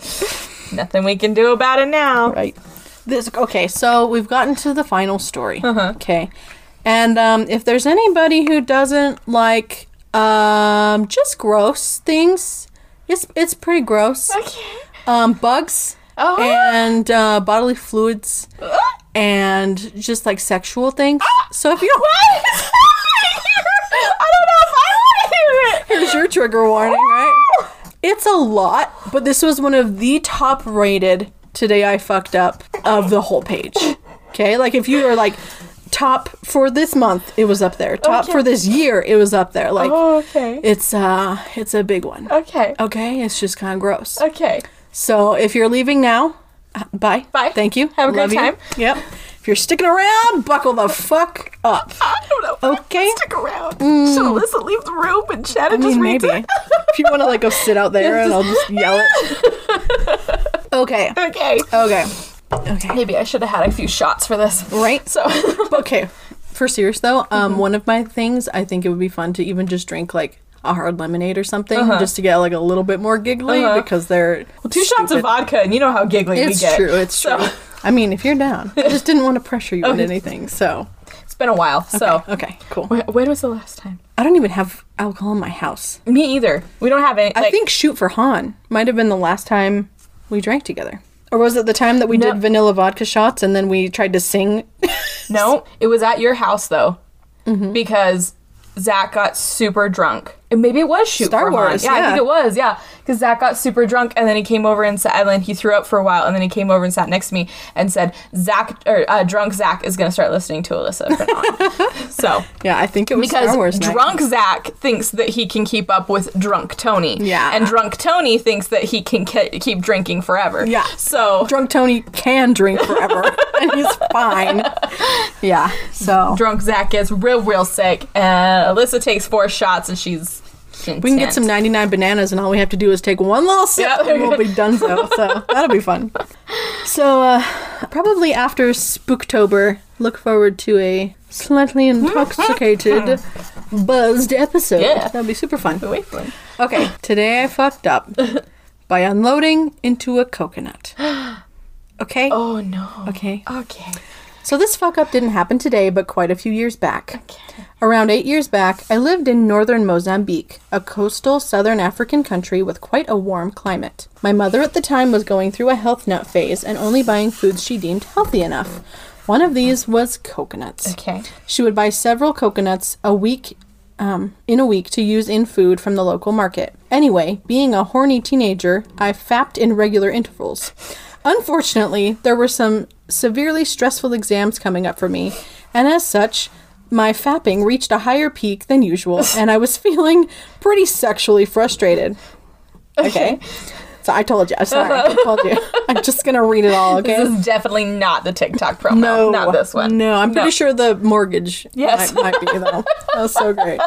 B: nothing we can do about it now.
A: Right. This okay. So we've gotten to the final story.
B: Uh-huh.
A: Okay. And um, if there's anybody who doesn't like um, just gross things, it's it's pretty gross.
B: Okay.
A: Um, bugs
B: Oh.
A: and uh, bodily fluids
B: Uh-huh.
A: and just like sexual things. So if you
B: What is happening here? I don't know if
A: Here's your trigger warning, right? It's a lot, but this was one of the top rated today I fucked up of the whole page. Okay? Like if you are like top for this month, it was up there. Top
B: Okay.
A: for this year, it was up there. Like
B: Oh, okay.
A: it's uh it's a big one.
B: Okay.
A: Okay, it's just kind of gross.
B: Okay.
A: So if you're leaving now, uh, bye.
B: Bye.
A: Thank you.
B: Have a great
A: Love you.
B: time.
A: Yep. If you're sticking around, buckle the fuck up.
B: I don't know.
A: Okay.
B: Stick around. Should Alyssa leave the room and Shannon
A: I
B: just
A: mean,
B: reads
A: maybe.
B: it?
A: if you want to like go sit out there and I'll just yell it.
B: <laughs>
A: Okay.
B: Okay.
A: Okay. Okay.
B: Maybe I should have had a few shots for this. Mm-hmm.
A: Right?
B: <laughs> So,
A: Okay. For serious though, um, one of my things I think it would be fun to even just drink like a hard lemonade or something just to get like a little bit more giggly
B: Uh-huh.
A: because they're
B: two shots of
A: stupid.
B: vodka, and you know how giggly we
A: It's
B: get.
A: true. It's
B: So-
A: true. I mean, if you're down, I just didn't want to
B: <laughs>
A: pressure you on
B: Okay.
A: anything. So
B: It's been a while. So,
A: okay, cool.
B: Wh- when was the last time?
A: I don't even have alcohol in my house.
B: Me either. We don't have any.
A: I
B: like-
A: think shoot for Han might have been the last time we drank together. Or was it the time that we
B: No.
A: did vanilla vodka shots and then we tried to sing? <laughs>
B: No, it was at your house though,
A: Mm-hmm.
B: because Zach got super drunk. And maybe it was shoot
A: Star
B: for
A: Wars,
B: Han. Yeah, I
A: yeah.
B: think it was. Yeah, because Zach got super drunk, and then he came over and sat. And then he threw up for a while, and then he came over and sat next to me and said, "Zach or uh, drunk Zach is gonna start listening to Alyssa from now
A: <laughs>
B: on." so.
A: Yeah, I think it was
B: Because
A: Star Wars. night.
B: drunk Zach thinks that he can keep up with drunk Tony.
A: Yeah.
B: And drunk Tony thinks that he can ke- keep drinking forever.
A: Yeah.
B: So
A: Drunk Tony can drink forever <laughs> and he's
B: <laughs>
A: fine. Yeah. So
B: drunk Zach gets real, real sick, and Alyssa takes four shots, and she's.
A: we can get some 99 bananas and all we have to do is take one little sip
B: Yeah.
A: and we'll be done
B: <laughs>
A: so. So that'll be fun. So uh, probably after Spooktober, look forward to a slightly
B: <laughs>
A: intoxicated, buzzed episode.
B: Yeah.
A: That'll be super
B: <laughs>
A: fun.
B: Waveling.
A: Okay, today I fucked up
B: <laughs>
A: by unloading into a coconut. <gasps> Okay?
B: Oh no.
A: Okay.
B: Okay.
A: So this fuck up didn't happen today, but quite a few years back.
B: Okay.
A: Around eight years back, I lived in northern Mozambique, a coastal southern African country with quite a warm climate. My mother at the time was going through a health nut phase and only buying foods she deemed healthy enough. One of these was coconuts.
B: Okay.
A: She would buy several coconuts a week um, in a week to use in food from the local market. Anyway, being a horny teenager, I fapped in regular intervals. Unfortunately, there were some severely stressful exams coming up for me, and as such, my fapping reached a higher peak than
B: <laughs>
A: usual, and I was feeling pretty sexually frustrated. Okay. So I told you. I'm sorry. I told
B: <laughs>
A: you. I'm just going to read it all, okay?
B: This is definitely not the TikTok promo.
A: No,
B: Not this one.
A: No, I'm pretty sure the mortgage.
B: Yes.
A: might, might be though. That's so
B: <laughs>
A: great.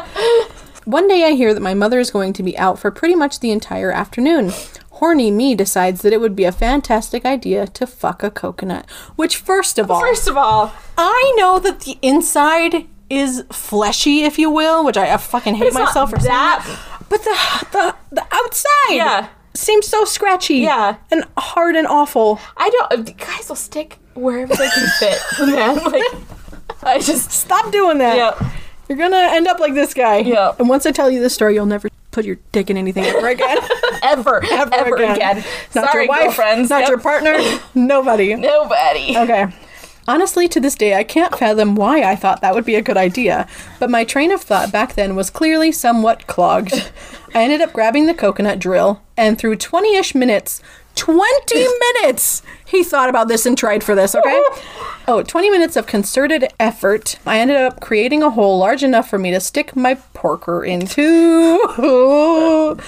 A: One day I hear that my mother is going to be out for pretty much the entire afternoon. Horny me decides that it would be a fantastic idea to fuck a coconut. Which, first of all,
B: First of all,
A: I know that the inside is fleshy, if you will, which I, I fucking hate
B: not
A: myself for saying
B: that-
A: that. But the the the outside,
B: Yeah.
A: seems so scratchy,
B: Yeah.
A: and hard and awful.
B: I don't. Guys will stick wherever they can fit, <laughs> man. Like, I just.
A: Stop doing that.
B: Yeah.
A: You're gonna end up like this guy.
B: Yeah.
A: And once I tell you this story, you'll never put your dick in anything ever
B: <laughs>
A: again.
B: Ever.
A: ever,
B: again.
A: Not
B: Sorry,
A: your wife,
B: girlfriends.
A: not
B: Yep.
A: your partner, nobody. <laughs>
B: Nobody.
A: Okay. Honestly, to this day, I can't fathom why I thought that would be a good idea, but my train of thought back then was clearly somewhat clogged. I ended up grabbing the coconut drill, and through 20 ish minutes, 20
B: <laughs>
A: minutes! He thought about this and tried for this, okay? Oh, 20 minutes of concerted effort. I ended up creating a hole large enough for me to stick my porker into. <laughs>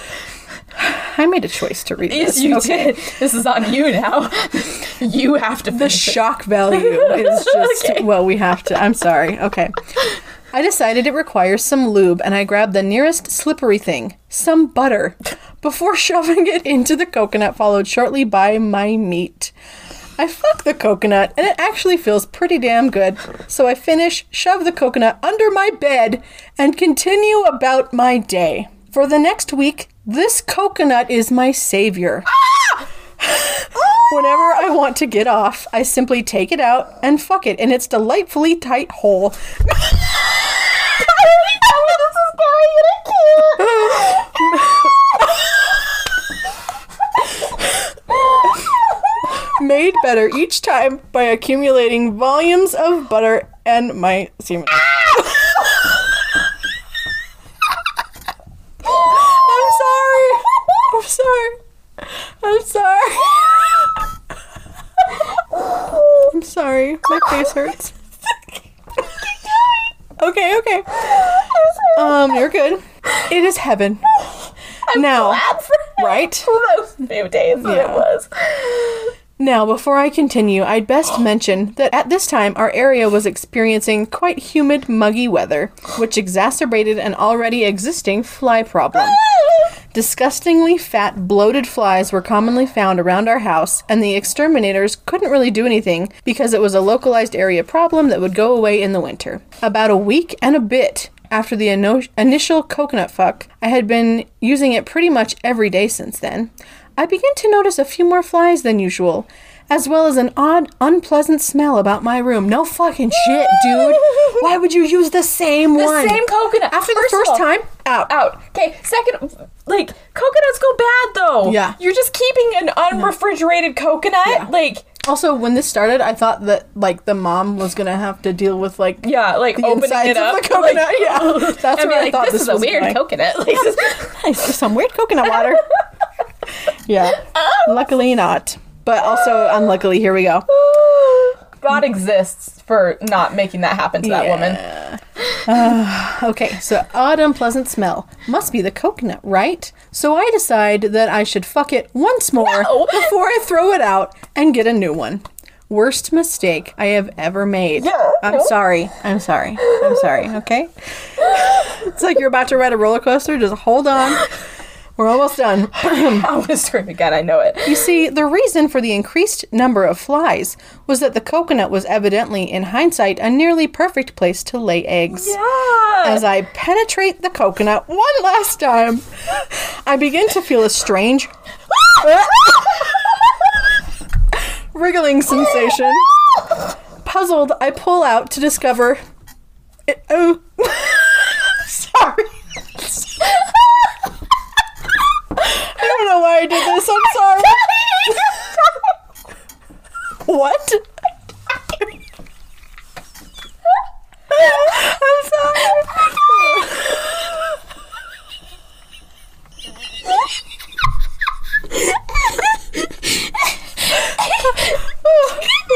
A: I made a choice to read
B: Yes,
A: this.
B: you
A: okay?
B: did. This is on you now. <laughs> you have to. <laughs>
A: the
B: finish it.
A: shock value is just
B: Okay.
A: well we have to i'm sorry okay i decided it requires some lube and i grabbed the nearest slippery thing some butter before <laughs> shoving it into the coconut followed shortly by my meat I fuck the coconut and it actually feels pretty damn good. So I finish, shove the coconut under my bed, and continue about my day. For the next week, this coconut is my savior. Whenever I want to get off, I simply take it out and fuck it in its delightfully tight hole. <laughs> Made better each time by accumulating volumes of butter and my semen. voice hurts. Okay, okay. Um, you're good. It is heaven.
B: I'm
A: now,
B: glad for it.
A: right?
B: Those few days that it
A: Yeah.
B: was.
A: Now, before I continue, I'd best mention that at this time our area was experiencing quite humid, muggy weather, which exacerbated an already existing fly problem. Disgustingly fat, bloated flies were commonly found around our house, and the exterminators couldn't really do anything because it was a localized area problem that would go away in the winter. About a week and a bit after the ino- initial coconut fuck, I had been using it pretty much every day since then. I began to notice a few more flies than usual, as well as an odd, unpleasant smell about my room. No fucking shit,
B: <laughs>
A: dude. Why would you use the same
B: The
A: one?
B: same coconut.
A: After the
B: First of
A: first
B: all-
A: time, out.
B: out. Okay, second, like coconuts go bad though.
A: Yeah.
B: you're just keeping an unrefrigerated coconut. Like,
A: Also, when this started, I thought that like the mom was gonna have to deal with like
B: yeah, like
A: the
B: opening
A: insides
B: it up.
A: of the <laughs> coconut.
B: like,
A: yeah, that's
B: <laughs> I
A: what
B: mean,
A: I
B: like
A: thought.
B: this, is a
A: was
B: weird
A: going.
B: coconut. <laughs> Like, this
A: <laughs> It's just some weird coconut
B: <laughs>
A: water. yeah,
B: Oh.
A: luckily not. But also, unluckily, here we go.
B: God exists for not making that happen to that woman. <laughs>
A: Okay, so odd, unpleasant smell must be the coconut, right? So I decide that I should fuck it once more
B: No. <laughs>
A: before I throw it out and get a new one. Worst mistake I have ever made.
B: Yeah,
A: I'm
B: no.
A: sorry. I'm sorry. I'm
B: <laughs>
A: sorry. Okay. It's like you're about to ride a roller coaster. Just hold on. We're almost done.
B: I'm gonna scream again. I know it.
A: You see, the reason for the increased number of flies was that the coconut was evidently, in hindsight, a nearly perfect place to lay eggs.
B: Yeah.
A: As I penetrate the coconut one last time, I begin to feel a strange wriggling sensation. Puzzled, I pull out to discover. It, oh, <laughs> sorry. I don't know why I did this. I'm sorry. what? I'm sorry. <laughs> I'm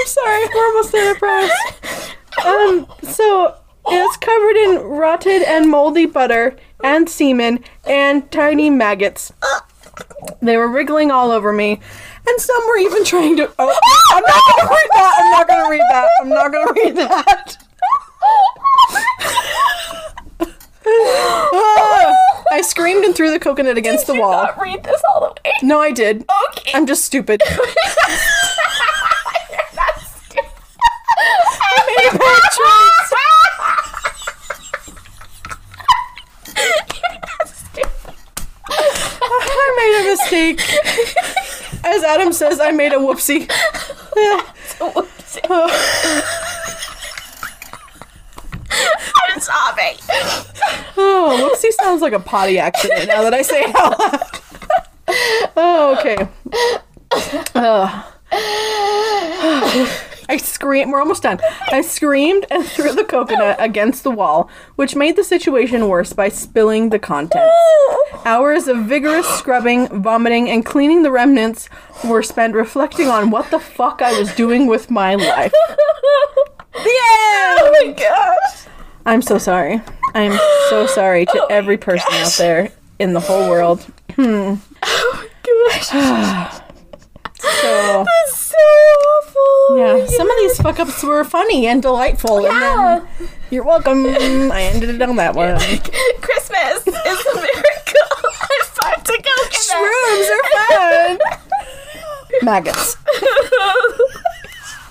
A: sorry. We're almost there, I promise. Um, so it's covered in rotted and moldy butter and semen and tiny maggots. They were wriggling all over me, and some were even trying to. Oh, I'm not gonna read that. I'm not gonna read that. I'm not gonna read that. <laughs> Ah, I screamed and threw the coconut against the
B: Do
A: wall.
B: not Oh. read this all the way.
A: No, I did.
B: Okay.
A: I'm just stupid. I made a bad choice. I made a mistake. As Adam says, I made a whoopsie.
B: Whoopsie. <laughs> I'm
A: <laughs>
B: sobbing. <laughs>
A: Oh, whoopsie sounds like a potty accident now that I say it out loud. Oh, okay. Ugh. I scream. We're almost done. I screamed and threw the coconut against the wall, which made the situation worse by spilling the contents. Hours of vigorous scrubbing, vomiting, and cleaning the remnants were spent reflecting on what the fuck I was doing with my life.
B: Yeah. Oh my gosh.
A: I'm so sorry. I'm so sorry to every person out there in the whole world.
B: Gosh.
A: So
B: That's so awful.
A: yeah, some of these fuck ups were funny and delightful.
B: Yeah.
A: And then, you're welcome. I ended it on that one.
B: <laughs> Christmas is a miracle. <laughs> I'm about to go get
A: Shrooms are fun. Maggots.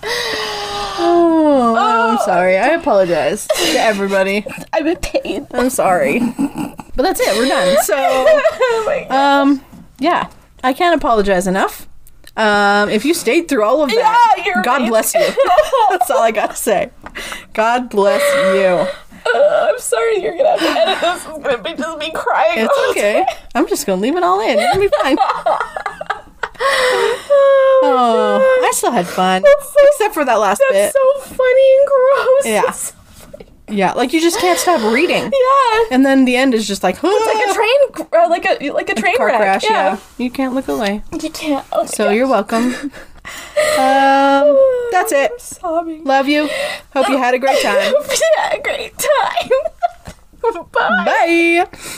A: Oh, I'm sorry. I apologize to everybody.
B: I'm in pain.
A: I'm sorry. But that's it. We're done. So.
B: <laughs> Oh my god.
A: Um, yeah, I can't apologize enough. Um, if you stayed through all of that,
B: Yeah, you're
A: God
B: right.
A: bless
B: <laughs>
A: you. That's all I gotta say. God bless you.
B: Uh, I'm sorry you're gonna have to edit this. It's gonna be just me crying.
A: It's okay. I'm just gonna leave it all in. It'll be
B: <laughs>
A: fine.
B: Oh,
A: Oh, I still had fun,
B: so-
A: except for that last bit.
B: that's so funny and gross.
A: Yeah.
B: It's-
A: yeah, like you just can't stop reading,
B: <laughs> Yeah.
A: and then the end is just like,
B: <laughs> Like a train, cr- uh, like a like a train
A: car
B: wreck.
A: crash. Yeah. you can't look away.
B: <laughs> You can't. Oh my
A: So
B: God. Oh,
A: you're welcome. um, That's it.
B: I'm sobbing.
A: Love you. Hope
B: <laughs>
A: you had a great time.
B: Hope you had a great time. <laughs> Bye.
A: Bye.